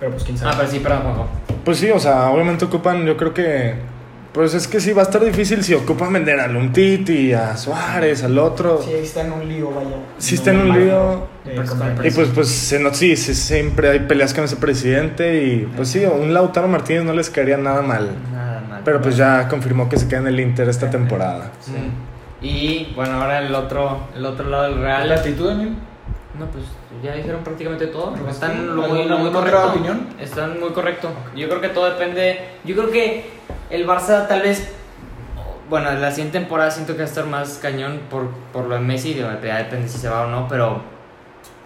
[SPEAKER 5] Pero pues quién
[SPEAKER 3] Ah,
[SPEAKER 5] sabe.
[SPEAKER 3] pero sí, perdón, Juanjo.
[SPEAKER 1] Pues sí, o sea, obviamente ocupan, yo creo que. Pues es que sí, va a estar difícil si ocupan vender a Luntiti, a Suárez, al otro.
[SPEAKER 4] Sí,
[SPEAKER 1] Sí,
[SPEAKER 4] está en un lío, vaya.
[SPEAKER 1] está en un
[SPEAKER 3] No,
[SPEAKER 1] lío.
[SPEAKER 5] Eh, comprar
[SPEAKER 1] Y pues, pues se no- sí, sí, siempre hay peleas con ese presidente y pues sí, un Lautaro Martínez no les caería nada mal.
[SPEAKER 3] Nada mal.
[SPEAKER 1] Pero pues ya confirmó que se queda en el Inter esta temporada.
[SPEAKER 3] Sí. Y bueno, ahora el otro, el otro lado del Real.
[SPEAKER 5] ¿La actitud, Daniel?
[SPEAKER 3] No, pues ya dijeron prácticamente todo.
[SPEAKER 5] Pues sí.
[SPEAKER 3] Están muy,
[SPEAKER 5] ¿Alguna-
[SPEAKER 3] muy
[SPEAKER 5] alguna otra
[SPEAKER 3] correcto.
[SPEAKER 5] opinión?
[SPEAKER 3] Están muy correcto. Yo creo que todo depende. Yo creo que el Barça tal vez. Bueno, la siguiente temporada siento que va a estar más cañón por, por lo de Messi. digo, Ya depende si se va o no, pero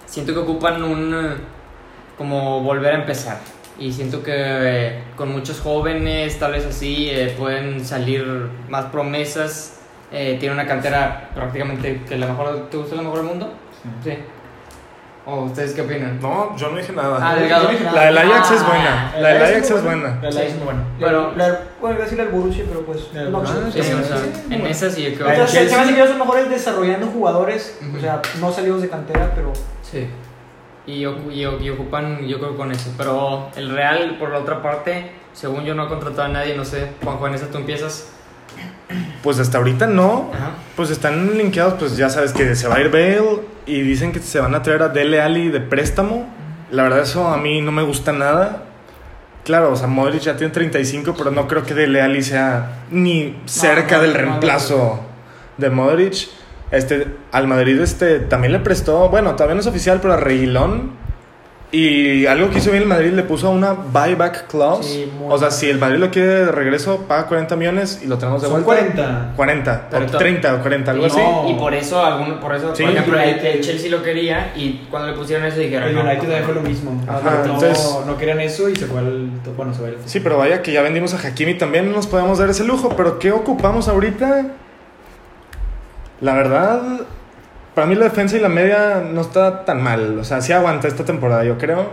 [SPEAKER 3] siento que ocupan un. eh, como volver a empezar. Y siento que eh, con muchos jóvenes, tal vez así, eh, pueden salir más promesas. Eh, tiene una cantera prácticamente que la mejor. ¿Te gusta la mejor del mundo? Sí. ¿O ustedes qué opinan?
[SPEAKER 1] No, yo no dije nada.
[SPEAKER 3] Ah, Delgado.
[SPEAKER 1] La del Ajax es buena.
[SPEAKER 5] Ah.
[SPEAKER 1] La del
[SPEAKER 5] El Ajax
[SPEAKER 1] Ajax
[SPEAKER 5] es
[SPEAKER 1] es buena.
[SPEAKER 5] La es muy buena.
[SPEAKER 3] Bueno,
[SPEAKER 4] La- bueno, iba a decirle al Borussia, pero pues
[SPEAKER 5] El
[SPEAKER 4] no,
[SPEAKER 5] Borussia,
[SPEAKER 4] pues,
[SPEAKER 3] Sí, o sea,
[SPEAKER 5] Sí,
[SPEAKER 3] en
[SPEAKER 5] bueno.
[SPEAKER 3] esa sí yo creo.
[SPEAKER 5] Ah,
[SPEAKER 4] O sea,
[SPEAKER 5] el
[SPEAKER 4] se- se me hace
[SPEAKER 5] Chelsea.
[SPEAKER 4] que ellos son mejores desarrollando jugadores,
[SPEAKER 3] Ujú.
[SPEAKER 4] o sea, no salidos de cantera, pero
[SPEAKER 3] Sí. Y, ocu- y o- y ocupan, yo creo, con eso. Pero el Real, por la otra parte, según yo no ha contratado a nadie, no sé. Juanjo, en esa tú empiezas.
[SPEAKER 1] Pues hasta ahorita no.
[SPEAKER 3] Ajá.
[SPEAKER 1] Pues están linkeados, pues ya sabes que se va a ir Bale y dicen que se van a traer a Dele Alli de préstamo. La verdad eso a mí no me gusta nada. Claro, o sea, Modric ya tiene 35, pero no creo que Dele Alli sea ni cerca
[SPEAKER 4] no,
[SPEAKER 1] del
[SPEAKER 4] no, no,
[SPEAKER 1] reemplazo de Modric. Este, al Madrid este, también le prestó, bueno, todavía no es oficial, pero a Reguilón. Y algo que hizo bien el Madrid, le puso una buyback clause.
[SPEAKER 4] Sí, muy
[SPEAKER 1] o sea,
[SPEAKER 4] bien.
[SPEAKER 1] si el Madrid lo quiere de regreso, paga 40 millones y lo tenemos de
[SPEAKER 5] Son
[SPEAKER 1] vuelta.
[SPEAKER 5] 40.
[SPEAKER 1] 40,
[SPEAKER 3] Pero
[SPEAKER 1] o
[SPEAKER 3] to-
[SPEAKER 1] 30 o 40, algo
[SPEAKER 3] y,
[SPEAKER 1] así.
[SPEAKER 5] no.
[SPEAKER 3] y por eso, alguno, por eso,
[SPEAKER 1] Sí.
[SPEAKER 3] por ejemplo, el,
[SPEAKER 5] United.
[SPEAKER 3] el Chelsea lo quería y cuando le pusieron eso dijeron.
[SPEAKER 5] El
[SPEAKER 3] no,
[SPEAKER 5] United
[SPEAKER 3] no,
[SPEAKER 5] también
[SPEAKER 3] no.
[SPEAKER 5] fue lo mismo.
[SPEAKER 1] Ajá,
[SPEAKER 5] no,
[SPEAKER 1] entonces-
[SPEAKER 5] no querían eso y se fue al. Bueno, se fue al.
[SPEAKER 1] Sí, pero vaya que ya vendimos a Hakimi también, no nos podemos dar ese lujo. Pero ¿qué ocupamos ahorita? La verdad, para mí la defensa y la media no está tan mal. O sea, sí aguanta esta temporada, yo creo.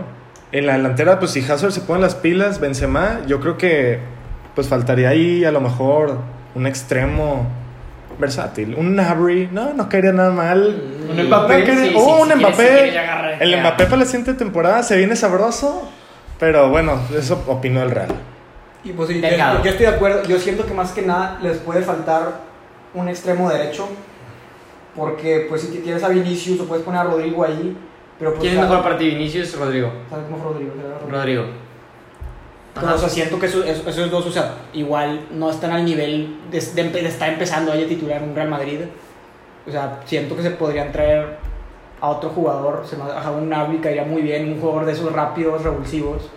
[SPEAKER 1] En la delantera, pues si Hazard se pone las pilas, Benzema, yo creo que pues faltaría ahí a lo mejor un extremo versátil. Un Nabry, no, no caería nada mal.
[SPEAKER 5] Un Mbappé,
[SPEAKER 1] No caería-
[SPEAKER 3] sí, sí,
[SPEAKER 1] oh,
[SPEAKER 3] si
[SPEAKER 1] un
[SPEAKER 3] quieres,
[SPEAKER 1] Mbappé.
[SPEAKER 3] si quieres, ya agarra,
[SPEAKER 1] El
[SPEAKER 3] ya.
[SPEAKER 1] Mbappé para la siguiente temporada se viene sabroso, pero bueno, eso opinó el Real.
[SPEAKER 4] y pues sí, yo,
[SPEAKER 3] Delgado.
[SPEAKER 4] yo estoy de acuerdo, yo siento que más que nada les puede faltar un extremo derecho porque pues si tienes a Vinicius o puedes poner a Rodrigo ahí, pero pues
[SPEAKER 3] ¿Quién es
[SPEAKER 4] o sea,
[SPEAKER 3] mejor para ti, Vinicius o Rodrigo?
[SPEAKER 4] ¿sabes cómo fue Rodrigo? Delgado, Rodrigo.
[SPEAKER 3] Rodrigo.
[SPEAKER 4] Pero, o sea, siento que eso- eso- esos dos, o sea, igual no están al nivel de, de empe- de estar empezando ahí a titular en un Real Madrid. O sea, siento que se podrían traer a otro jugador, se me ha un Navi caería muy bien, un jugador de esos rápidos, revulsivos.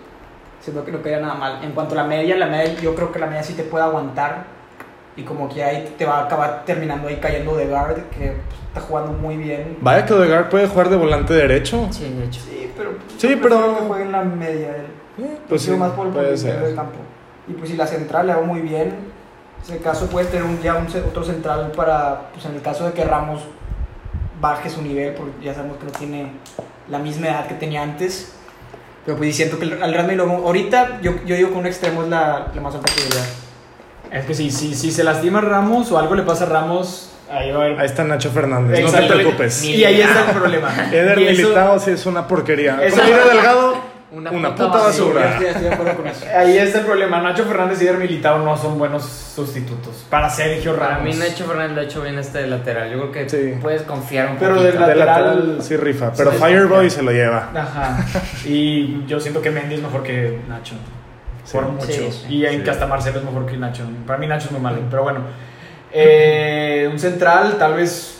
[SPEAKER 4] Siento que no caería nada mal. En cuanto a la media, la media, yo creo que la media sí te puede aguantar. Y como que ahí te va a acabar terminando ahí cayendo de guard, que pues, está jugando muy bien.
[SPEAKER 1] Vaya que Odegaard puede jugar de volante derecho.
[SPEAKER 3] Sí, de hecho.
[SPEAKER 4] Sí, pero.
[SPEAKER 1] Sí,
[SPEAKER 4] yo prefiero
[SPEAKER 1] pero-
[SPEAKER 4] Que juegue en la media él.
[SPEAKER 1] Eh,
[SPEAKER 4] Pues
[SPEAKER 1] Pues sí,
[SPEAKER 4] más por el
[SPEAKER 1] puede
[SPEAKER 4] medio del
[SPEAKER 1] ser.
[SPEAKER 4] campo. Y pues si la central le va muy bien, en el caso puedes tener un, ya un, ce- otro central para, pues en el caso de que Ramos baje su nivel, porque ya sabemos que no tiene la misma edad que tenía antes, Pero pues sí siento que al Real Madrid lo- ahorita yo, yo digo que un extremo es la, la más alta prioridad.
[SPEAKER 2] Es que si, si, si se lastima Ramos o algo le pasa a Ramos, ahí va a haber.
[SPEAKER 1] Ahí está Nacho Fernández, no te
[SPEAKER 2] Exactamente.
[SPEAKER 1] preocupes.
[SPEAKER 2] Y ahí está el problema.
[SPEAKER 1] Eder
[SPEAKER 2] Y eso-
[SPEAKER 1] Militao sí es una porquería.
[SPEAKER 2] Eso-
[SPEAKER 1] Como Eder Delgado,
[SPEAKER 3] Una
[SPEAKER 1] una,
[SPEAKER 3] puta
[SPEAKER 1] puta, basura.
[SPEAKER 3] basura.
[SPEAKER 4] Yo estoy, estoy de acuerdo con eso.
[SPEAKER 2] Ahí está el problema. Nacho Fernández y Eder Militao no son buenos sustitutos para Sergio Ramos.
[SPEAKER 3] Para mí Nacho Fernández lo ha hecho bien este de lateral. Yo creo que
[SPEAKER 1] Sí.
[SPEAKER 3] puedes confiar un
[SPEAKER 2] Pero
[SPEAKER 3] poquito.
[SPEAKER 2] del
[SPEAKER 1] De lateral,
[SPEAKER 2] Lateral-
[SPEAKER 1] sí rifa, pero
[SPEAKER 2] Sí,
[SPEAKER 1] Fireboy se lo lleva.
[SPEAKER 2] Ajá. Y yo siento que Mendy es mejor que Nacho.
[SPEAKER 1] Sí.
[SPEAKER 2] Por mucho.
[SPEAKER 3] Sí.
[SPEAKER 2] y en
[SPEAKER 1] Sí.
[SPEAKER 2] que hasta Marcelo es mejor que Nacho. Para mí Nacho es muy malo. Pero bueno. Eh, un central, tal vez.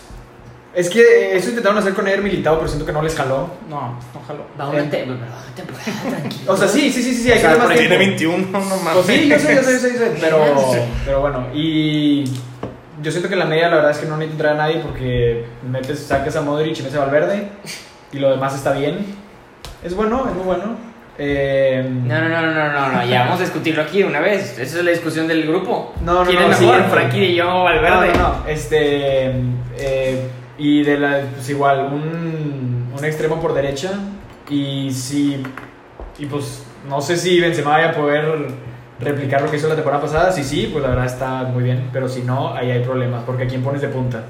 [SPEAKER 2] Es que eso intentaron hacer con Eder Militao, pero siento que no les jaló.
[SPEAKER 4] No, ojalá.
[SPEAKER 3] Va una
[SPEAKER 4] Eh.
[SPEAKER 3] te- va una temporada tranquilo.
[SPEAKER 2] O sea, sí, sí, sí, sí,
[SPEAKER 3] O
[SPEAKER 2] hay que
[SPEAKER 3] sea,
[SPEAKER 2] darle más
[SPEAKER 3] por
[SPEAKER 2] tiempo.
[SPEAKER 1] Tiene 21, no mames.
[SPEAKER 2] Pues sí, yo sé, yo sé, yo sé, yo sé, pero, pero bueno, y yo siento que en la media la verdad es que no necesita entrar a nadie porque metes, sacas a Modric y metes a Valverde y lo demás está bien. Es bueno, es muy bueno. Eh,
[SPEAKER 3] No, no, no, no, no, no, no, ya vamos a discutirlo aquí de una vez. Esa es la discusión del grupo.
[SPEAKER 2] No, no,
[SPEAKER 3] ¿Quién
[SPEAKER 2] no,
[SPEAKER 3] es
[SPEAKER 2] sí,
[SPEAKER 3] mejor?
[SPEAKER 2] no.
[SPEAKER 3] Frankie de yo o
[SPEAKER 2] no,
[SPEAKER 3] Valverde.
[SPEAKER 2] no, no, este, eh, y de la, pues igual, un, un extremo por derecha y si, y pues no sé si Benzema vaya a poder... Replicar lo que hizo la temporada pasada, si sí, pues la verdad está muy bien, pero si no, ahí hay problemas, porque ¿a quién pones de punta?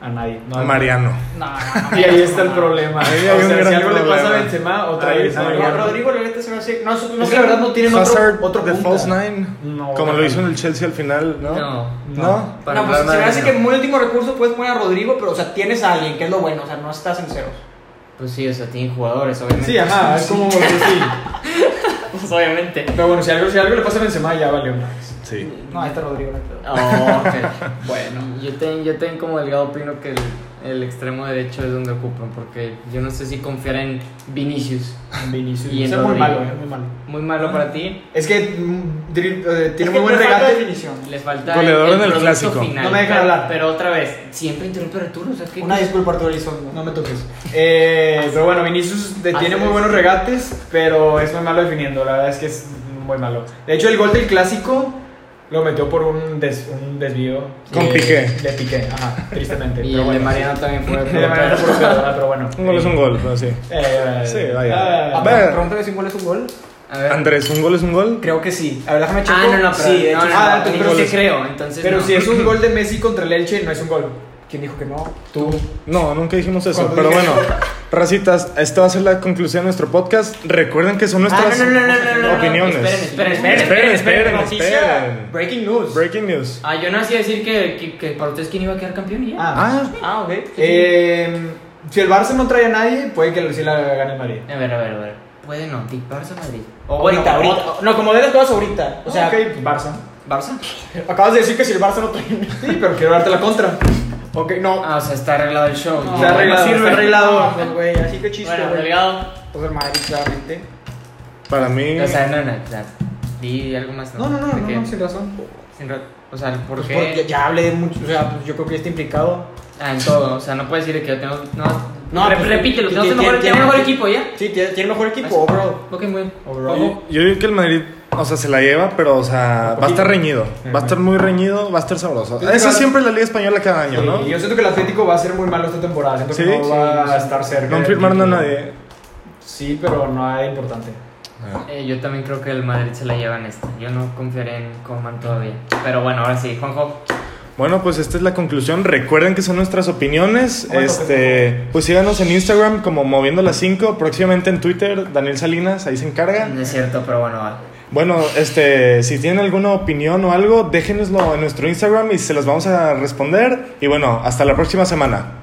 [SPEAKER 2] A nadie. No, hay-
[SPEAKER 1] Mariano.
[SPEAKER 3] No, no, no,
[SPEAKER 2] Y ahí
[SPEAKER 3] no,
[SPEAKER 2] está el
[SPEAKER 3] no.
[SPEAKER 2] problema. O
[SPEAKER 1] Ahí hay
[SPEAKER 2] sea,
[SPEAKER 1] un
[SPEAKER 2] si
[SPEAKER 1] gran
[SPEAKER 2] algo le pasa a
[SPEAKER 1] problema.
[SPEAKER 2] Benzema, otra
[SPEAKER 1] Ahí
[SPEAKER 2] vez.
[SPEAKER 1] está.
[SPEAKER 2] Mariano.
[SPEAKER 4] No, Rodrigo, la neta se me hace. No, no,
[SPEAKER 2] Es que la verdad no tienen
[SPEAKER 1] Hazard,
[SPEAKER 2] otro, otro
[SPEAKER 1] the
[SPEAKER 2] punta.
[SPEAKER 1] false nine.
[SPEAKER 2] No,
[SPEAKER 1] Como
[SPEAKER 2] no,
[SPEAKER 1] lo hizo
[SPEAKER 2] no.
[SPEAKER 1] en el Chelsea al final, ¿no?
[SPEAKER 3] No.
[SPEAKER 1] ¿No?
[SPEAKER 3] Para
[SPEAKER 4] no, pues
[SPEAKER 3] Real
[SPEAKER 4] se me
[SPEAKER 3] Madrid
[SPEAKER 4] hace
[SPEAKER 3] no.
[SPEAKER 4] que muy último recurso puedes poner a Rodrigo, pero o sea, tienes a alguien, que es lo bueno, o sea, no estás en ceros.
[SPEAKER 3] Pues sí, o sea, tienen jugadores, obviamente.
[SPEAKER 2] Sí, ajá, es como. pues sí.
[SPEAKER 3] Pues obviamente.
[SPEAKER 2] Pero bueno, si algo, si algo le pasa a Benzema, ya valió.
[SPEAKER 1] Sí.
[SPEAKER 4] No, ahí está Rodrigo, no hay pedo.
[SPEAKER 3] Oh, ok. bueno, yo ten, yo ten como delgado opino que el, el extremo derecho es donde ocupan, porque yo no sé si confiar en Vinicius.
[SPEAKER 2] Vinicius.
[SPEAKER 3] Y en
[SPEAKER 2] es muy
[SPEAKER 3] Rodrigo.
[SPEAKER 2] malo, es muy malo.
[SPEAKER 3] Muy malo para ti.
[SPEAKER 2] Es que mm, dri- eh, tiene
[SPEAKER 4] Es que
[SPEAKER 2] muy buen
[SPEAKER 4] le falta
[SPEAKER 2] regate.
[SPEAKER 4] definición.
[SPEAKER 3] Les falta
[SPEAKER 1] Goleador en el
[SPEAKER 3] producto
[SPEAKER 1] clásico.
[SPEAKER 3] final.
[SPEAKER 2] No me dejan
[SPEAKER 3] Pero-
[SPEAKER 2] hablar.
[SPEAKER 3] Pero otra vez, siempre interrumpe a Arturo, o sea, que
[SPEAKER 4] Una disculpa, Arturo Elizondo.
[SPEAKER 2] No me toques. Eh, pero bueno, Vinicius de- tiene
[SPEAKER 3] Así
[SPEAKER 2] muy
[SPEAKER 3] es.
[SPEAKER 2] buenos regates, pero es muy malo definiendo. La verdad es que es muy malo. De hecho, el gol del clásico lo metió por un, des- un desvío.
[SPEAKER 1] Con
[SPEAKER 2] de-
[SPEAKER 1] Piqué.
[SPEAKER 2] De Piqué, ajá, tristemente. pero
[SPEAKER 3] Y el de
[SPEAKER 2] bueno,
[SPEAKER 3] Mariano también fue.
[SPEAKER 2] sí. El de Mariano por pedo, pero bueno.
[SPEAKER 1] Un gol es un gol, pero sí.
[SPEAKER 2] Eh,
[SPEAKER 1] Sí, vaya.
[SPEAKER 2] ah,
[SPEAKER 1] A ver.
[SPEAKER 4] Pregúntame si un gol es un gol.
[SPEAKER 3] A ver.
[SPEAKER 1] Andrés, ¿un gol es un gol?
[SPEAKER 4] Creo que sí. A ver, déjame checar.
[SPEAKER 3] Ah, no, no, pero.
[SPEAKER 4] Sí, de
[SPEAKER 3] no,
[SPEAKER 4] hecho,
[SPEAKER 3] no,
[SPEAKER 4] sí.
[SPEAKER 3] no,
[SPEAKER 2] Ah,
[SPEAKER 3] ni
[SPEAKER 2] pero
[SPEAKER 3] te
[SPEAKER 2] sí.
[SPEAKER 3] creo, entonces.
[SPEAKER 2] Pero
[SPEAKER 3] no.
[SPEAKER 2] si es un gol de Messi contra el Elche, no es un gol.
[SPEAKER 4] ¿Quién dijo que no?
[SPEAKER 2] Tú.
[SPEAKER 1] No, nunca dijimos eso,
[SPEAKER 2] Cuando
[SPEAKER 1] pero
[SPEAKER 2] dije-
[SPEAKER 1] bueno. Racitas, esta va a ser la conclusión de nuestro podcast. Recuerden que son
[SPEAKER 3] Ah,
[SPEAKER 1] nuestras
[SPEAKER 3] no, no, no, no, no, no, no.
[SPEAKER 1] opiniones.
[SPEAKER 3] Esperen, esperen, esperen.
[SPEAKER 1] Esperen, esperen,
[SPEAKER 3] noticia.
[SPEAKER 1] esperen.
[SPEAKER 4] Breaking news.
[SPEAKER 1] Breaking news.
[SPEAKER 3] Ah, yo nací a decir que, que, que para ustedes quién iba a quedar campeón y ya.
[SPEAKER 1] Ah,
[SPEAKER 4] Ah, ok. Sí, sí.
[SPEAKER 2] Eh, si el Barça no trae a nadie, puede que sí la gane el Madrid.
[SPEAKER 3] A ver, a ver, a ver. Puede no, Dick Barça Madrid. O
[SPEAKER 4] ahorita,
[SPEAKER 3] bueno,
[SPEAKER 4] ahorita. Oh, No, como de las cosas ahorita. O sea,
[SPEAKER 2] Ok, pues Barça.
[SPEAKER 3] o- Barça.
[SPEAKER 4] acabas de decir que si el Barça no trae.
[SPEAKER 2] Sí, pero quiero darte la contra. Ok, no.
[SPEAKER 3] Ah, o sea, está arreglado el show.
[SPEAKER 2] Está arreglado,
[SPEAKER 4] sirve.
[SPEAKER 2] está arreglado.
[SPEAKER 4] Pues, güey, así que chiste,
[SPEAKER 3] Bueno,
[SPEAKER 4] güey.
[SPEAKER 3] delgado.
[SPEAKER 4] Pues el Madrid, claramente.
[SPEAKER 1] para mí.
[SPEAKER 3] O sea, no, no, o sea, di algo más.
[SPEAKER 2] No, no, no,
[SPEAKER 3] ¿De
[SPEAKER 2] no,
[SPEAKER 3] qué?
[SPEAKER 2] no, sin razón.
[SPEAKER 3] Sin ra- O sea, ¿por
[SPEAKER 4] Pues
[SPEAKER 3] qué?
[SPEAKER 4] porque ya hablé de mucho. O sea, pues, yo creo que ya está implicado.
[SPEAKER 3] Ah, en todo. O sea, no puedes decir que yo tengo. No,
[SPEAKER 4] No,
[SPEAKER 3] Re-
[SPEAKER 4] pues,
[SPEAKER 3] repítelo.
[SPEAKER 4] que-
[SPEAKER 3] Tenemos
[SPEAKER 4] que-
[SPEAKER 3] el mejor,
[SPEAKER 4] que-
[SPEAKER 3] tenemos el mejor
[SPEAKER 4] que-
[SPEAKER 3] equipo, ¿ya?
[SPEAKER 4] Sí, tiene, tiene mejor equipo, bro.
[SPEAKER 3] Ok, muy bien.
[SPEAKER 1] Yo, yo digo que el Madrid, o sea, se la lleva, pero, o sea, va a estar reñido. Va a estar muy reñido, va a estar sabroso.
[SPEAKER 2] Entonces,
[SPEAKER 1] Eso
[SPEAKER 2] claro.
[SPEAKER 1] es siempre la Liga Española cada año, ¿no?
[SPEAKER 2] Sí, Yo siento que el Atlético va a ser muy malo esta temporada. Siento que
[SPEAKER 1] Sí.
[SPEAKER 2] no va a estar cerca.
[SPEAKER 1] No
[SPEAKER 2] del
[SPEAKER 1] firmaron a
[SPEAKER 2] título.
[SPEAKER 1] nadie.
[SPEAKER 2] Sí, pero no es importante.
[SPEAKER 3] Eh, yo también creo que el Madrid se la lleva en esta. Yo no confiaré en Coman todavía. Pero bueno, ahora sí, Juanjo.
[SPEAKER 1] Bueno, pues esta es la conclusión. Recuerden que son nuestras opiniones.
[SPEAKER 2] Bueno,
[SPEAKER 1] Este, pues síganos en Instagram como Moviendo las 5, próximamente en Twitter, Daniel Salinas, ahí se encarga.
[SPEAKER 3] No es cierto, pero bueno, va.
[SPEAKER 1] Bueno, este, si tienen alguna opinión o algo, déjenoslo en nuestro Instagram y se las vamos a responder. Y bueno, hasta la próxima semana.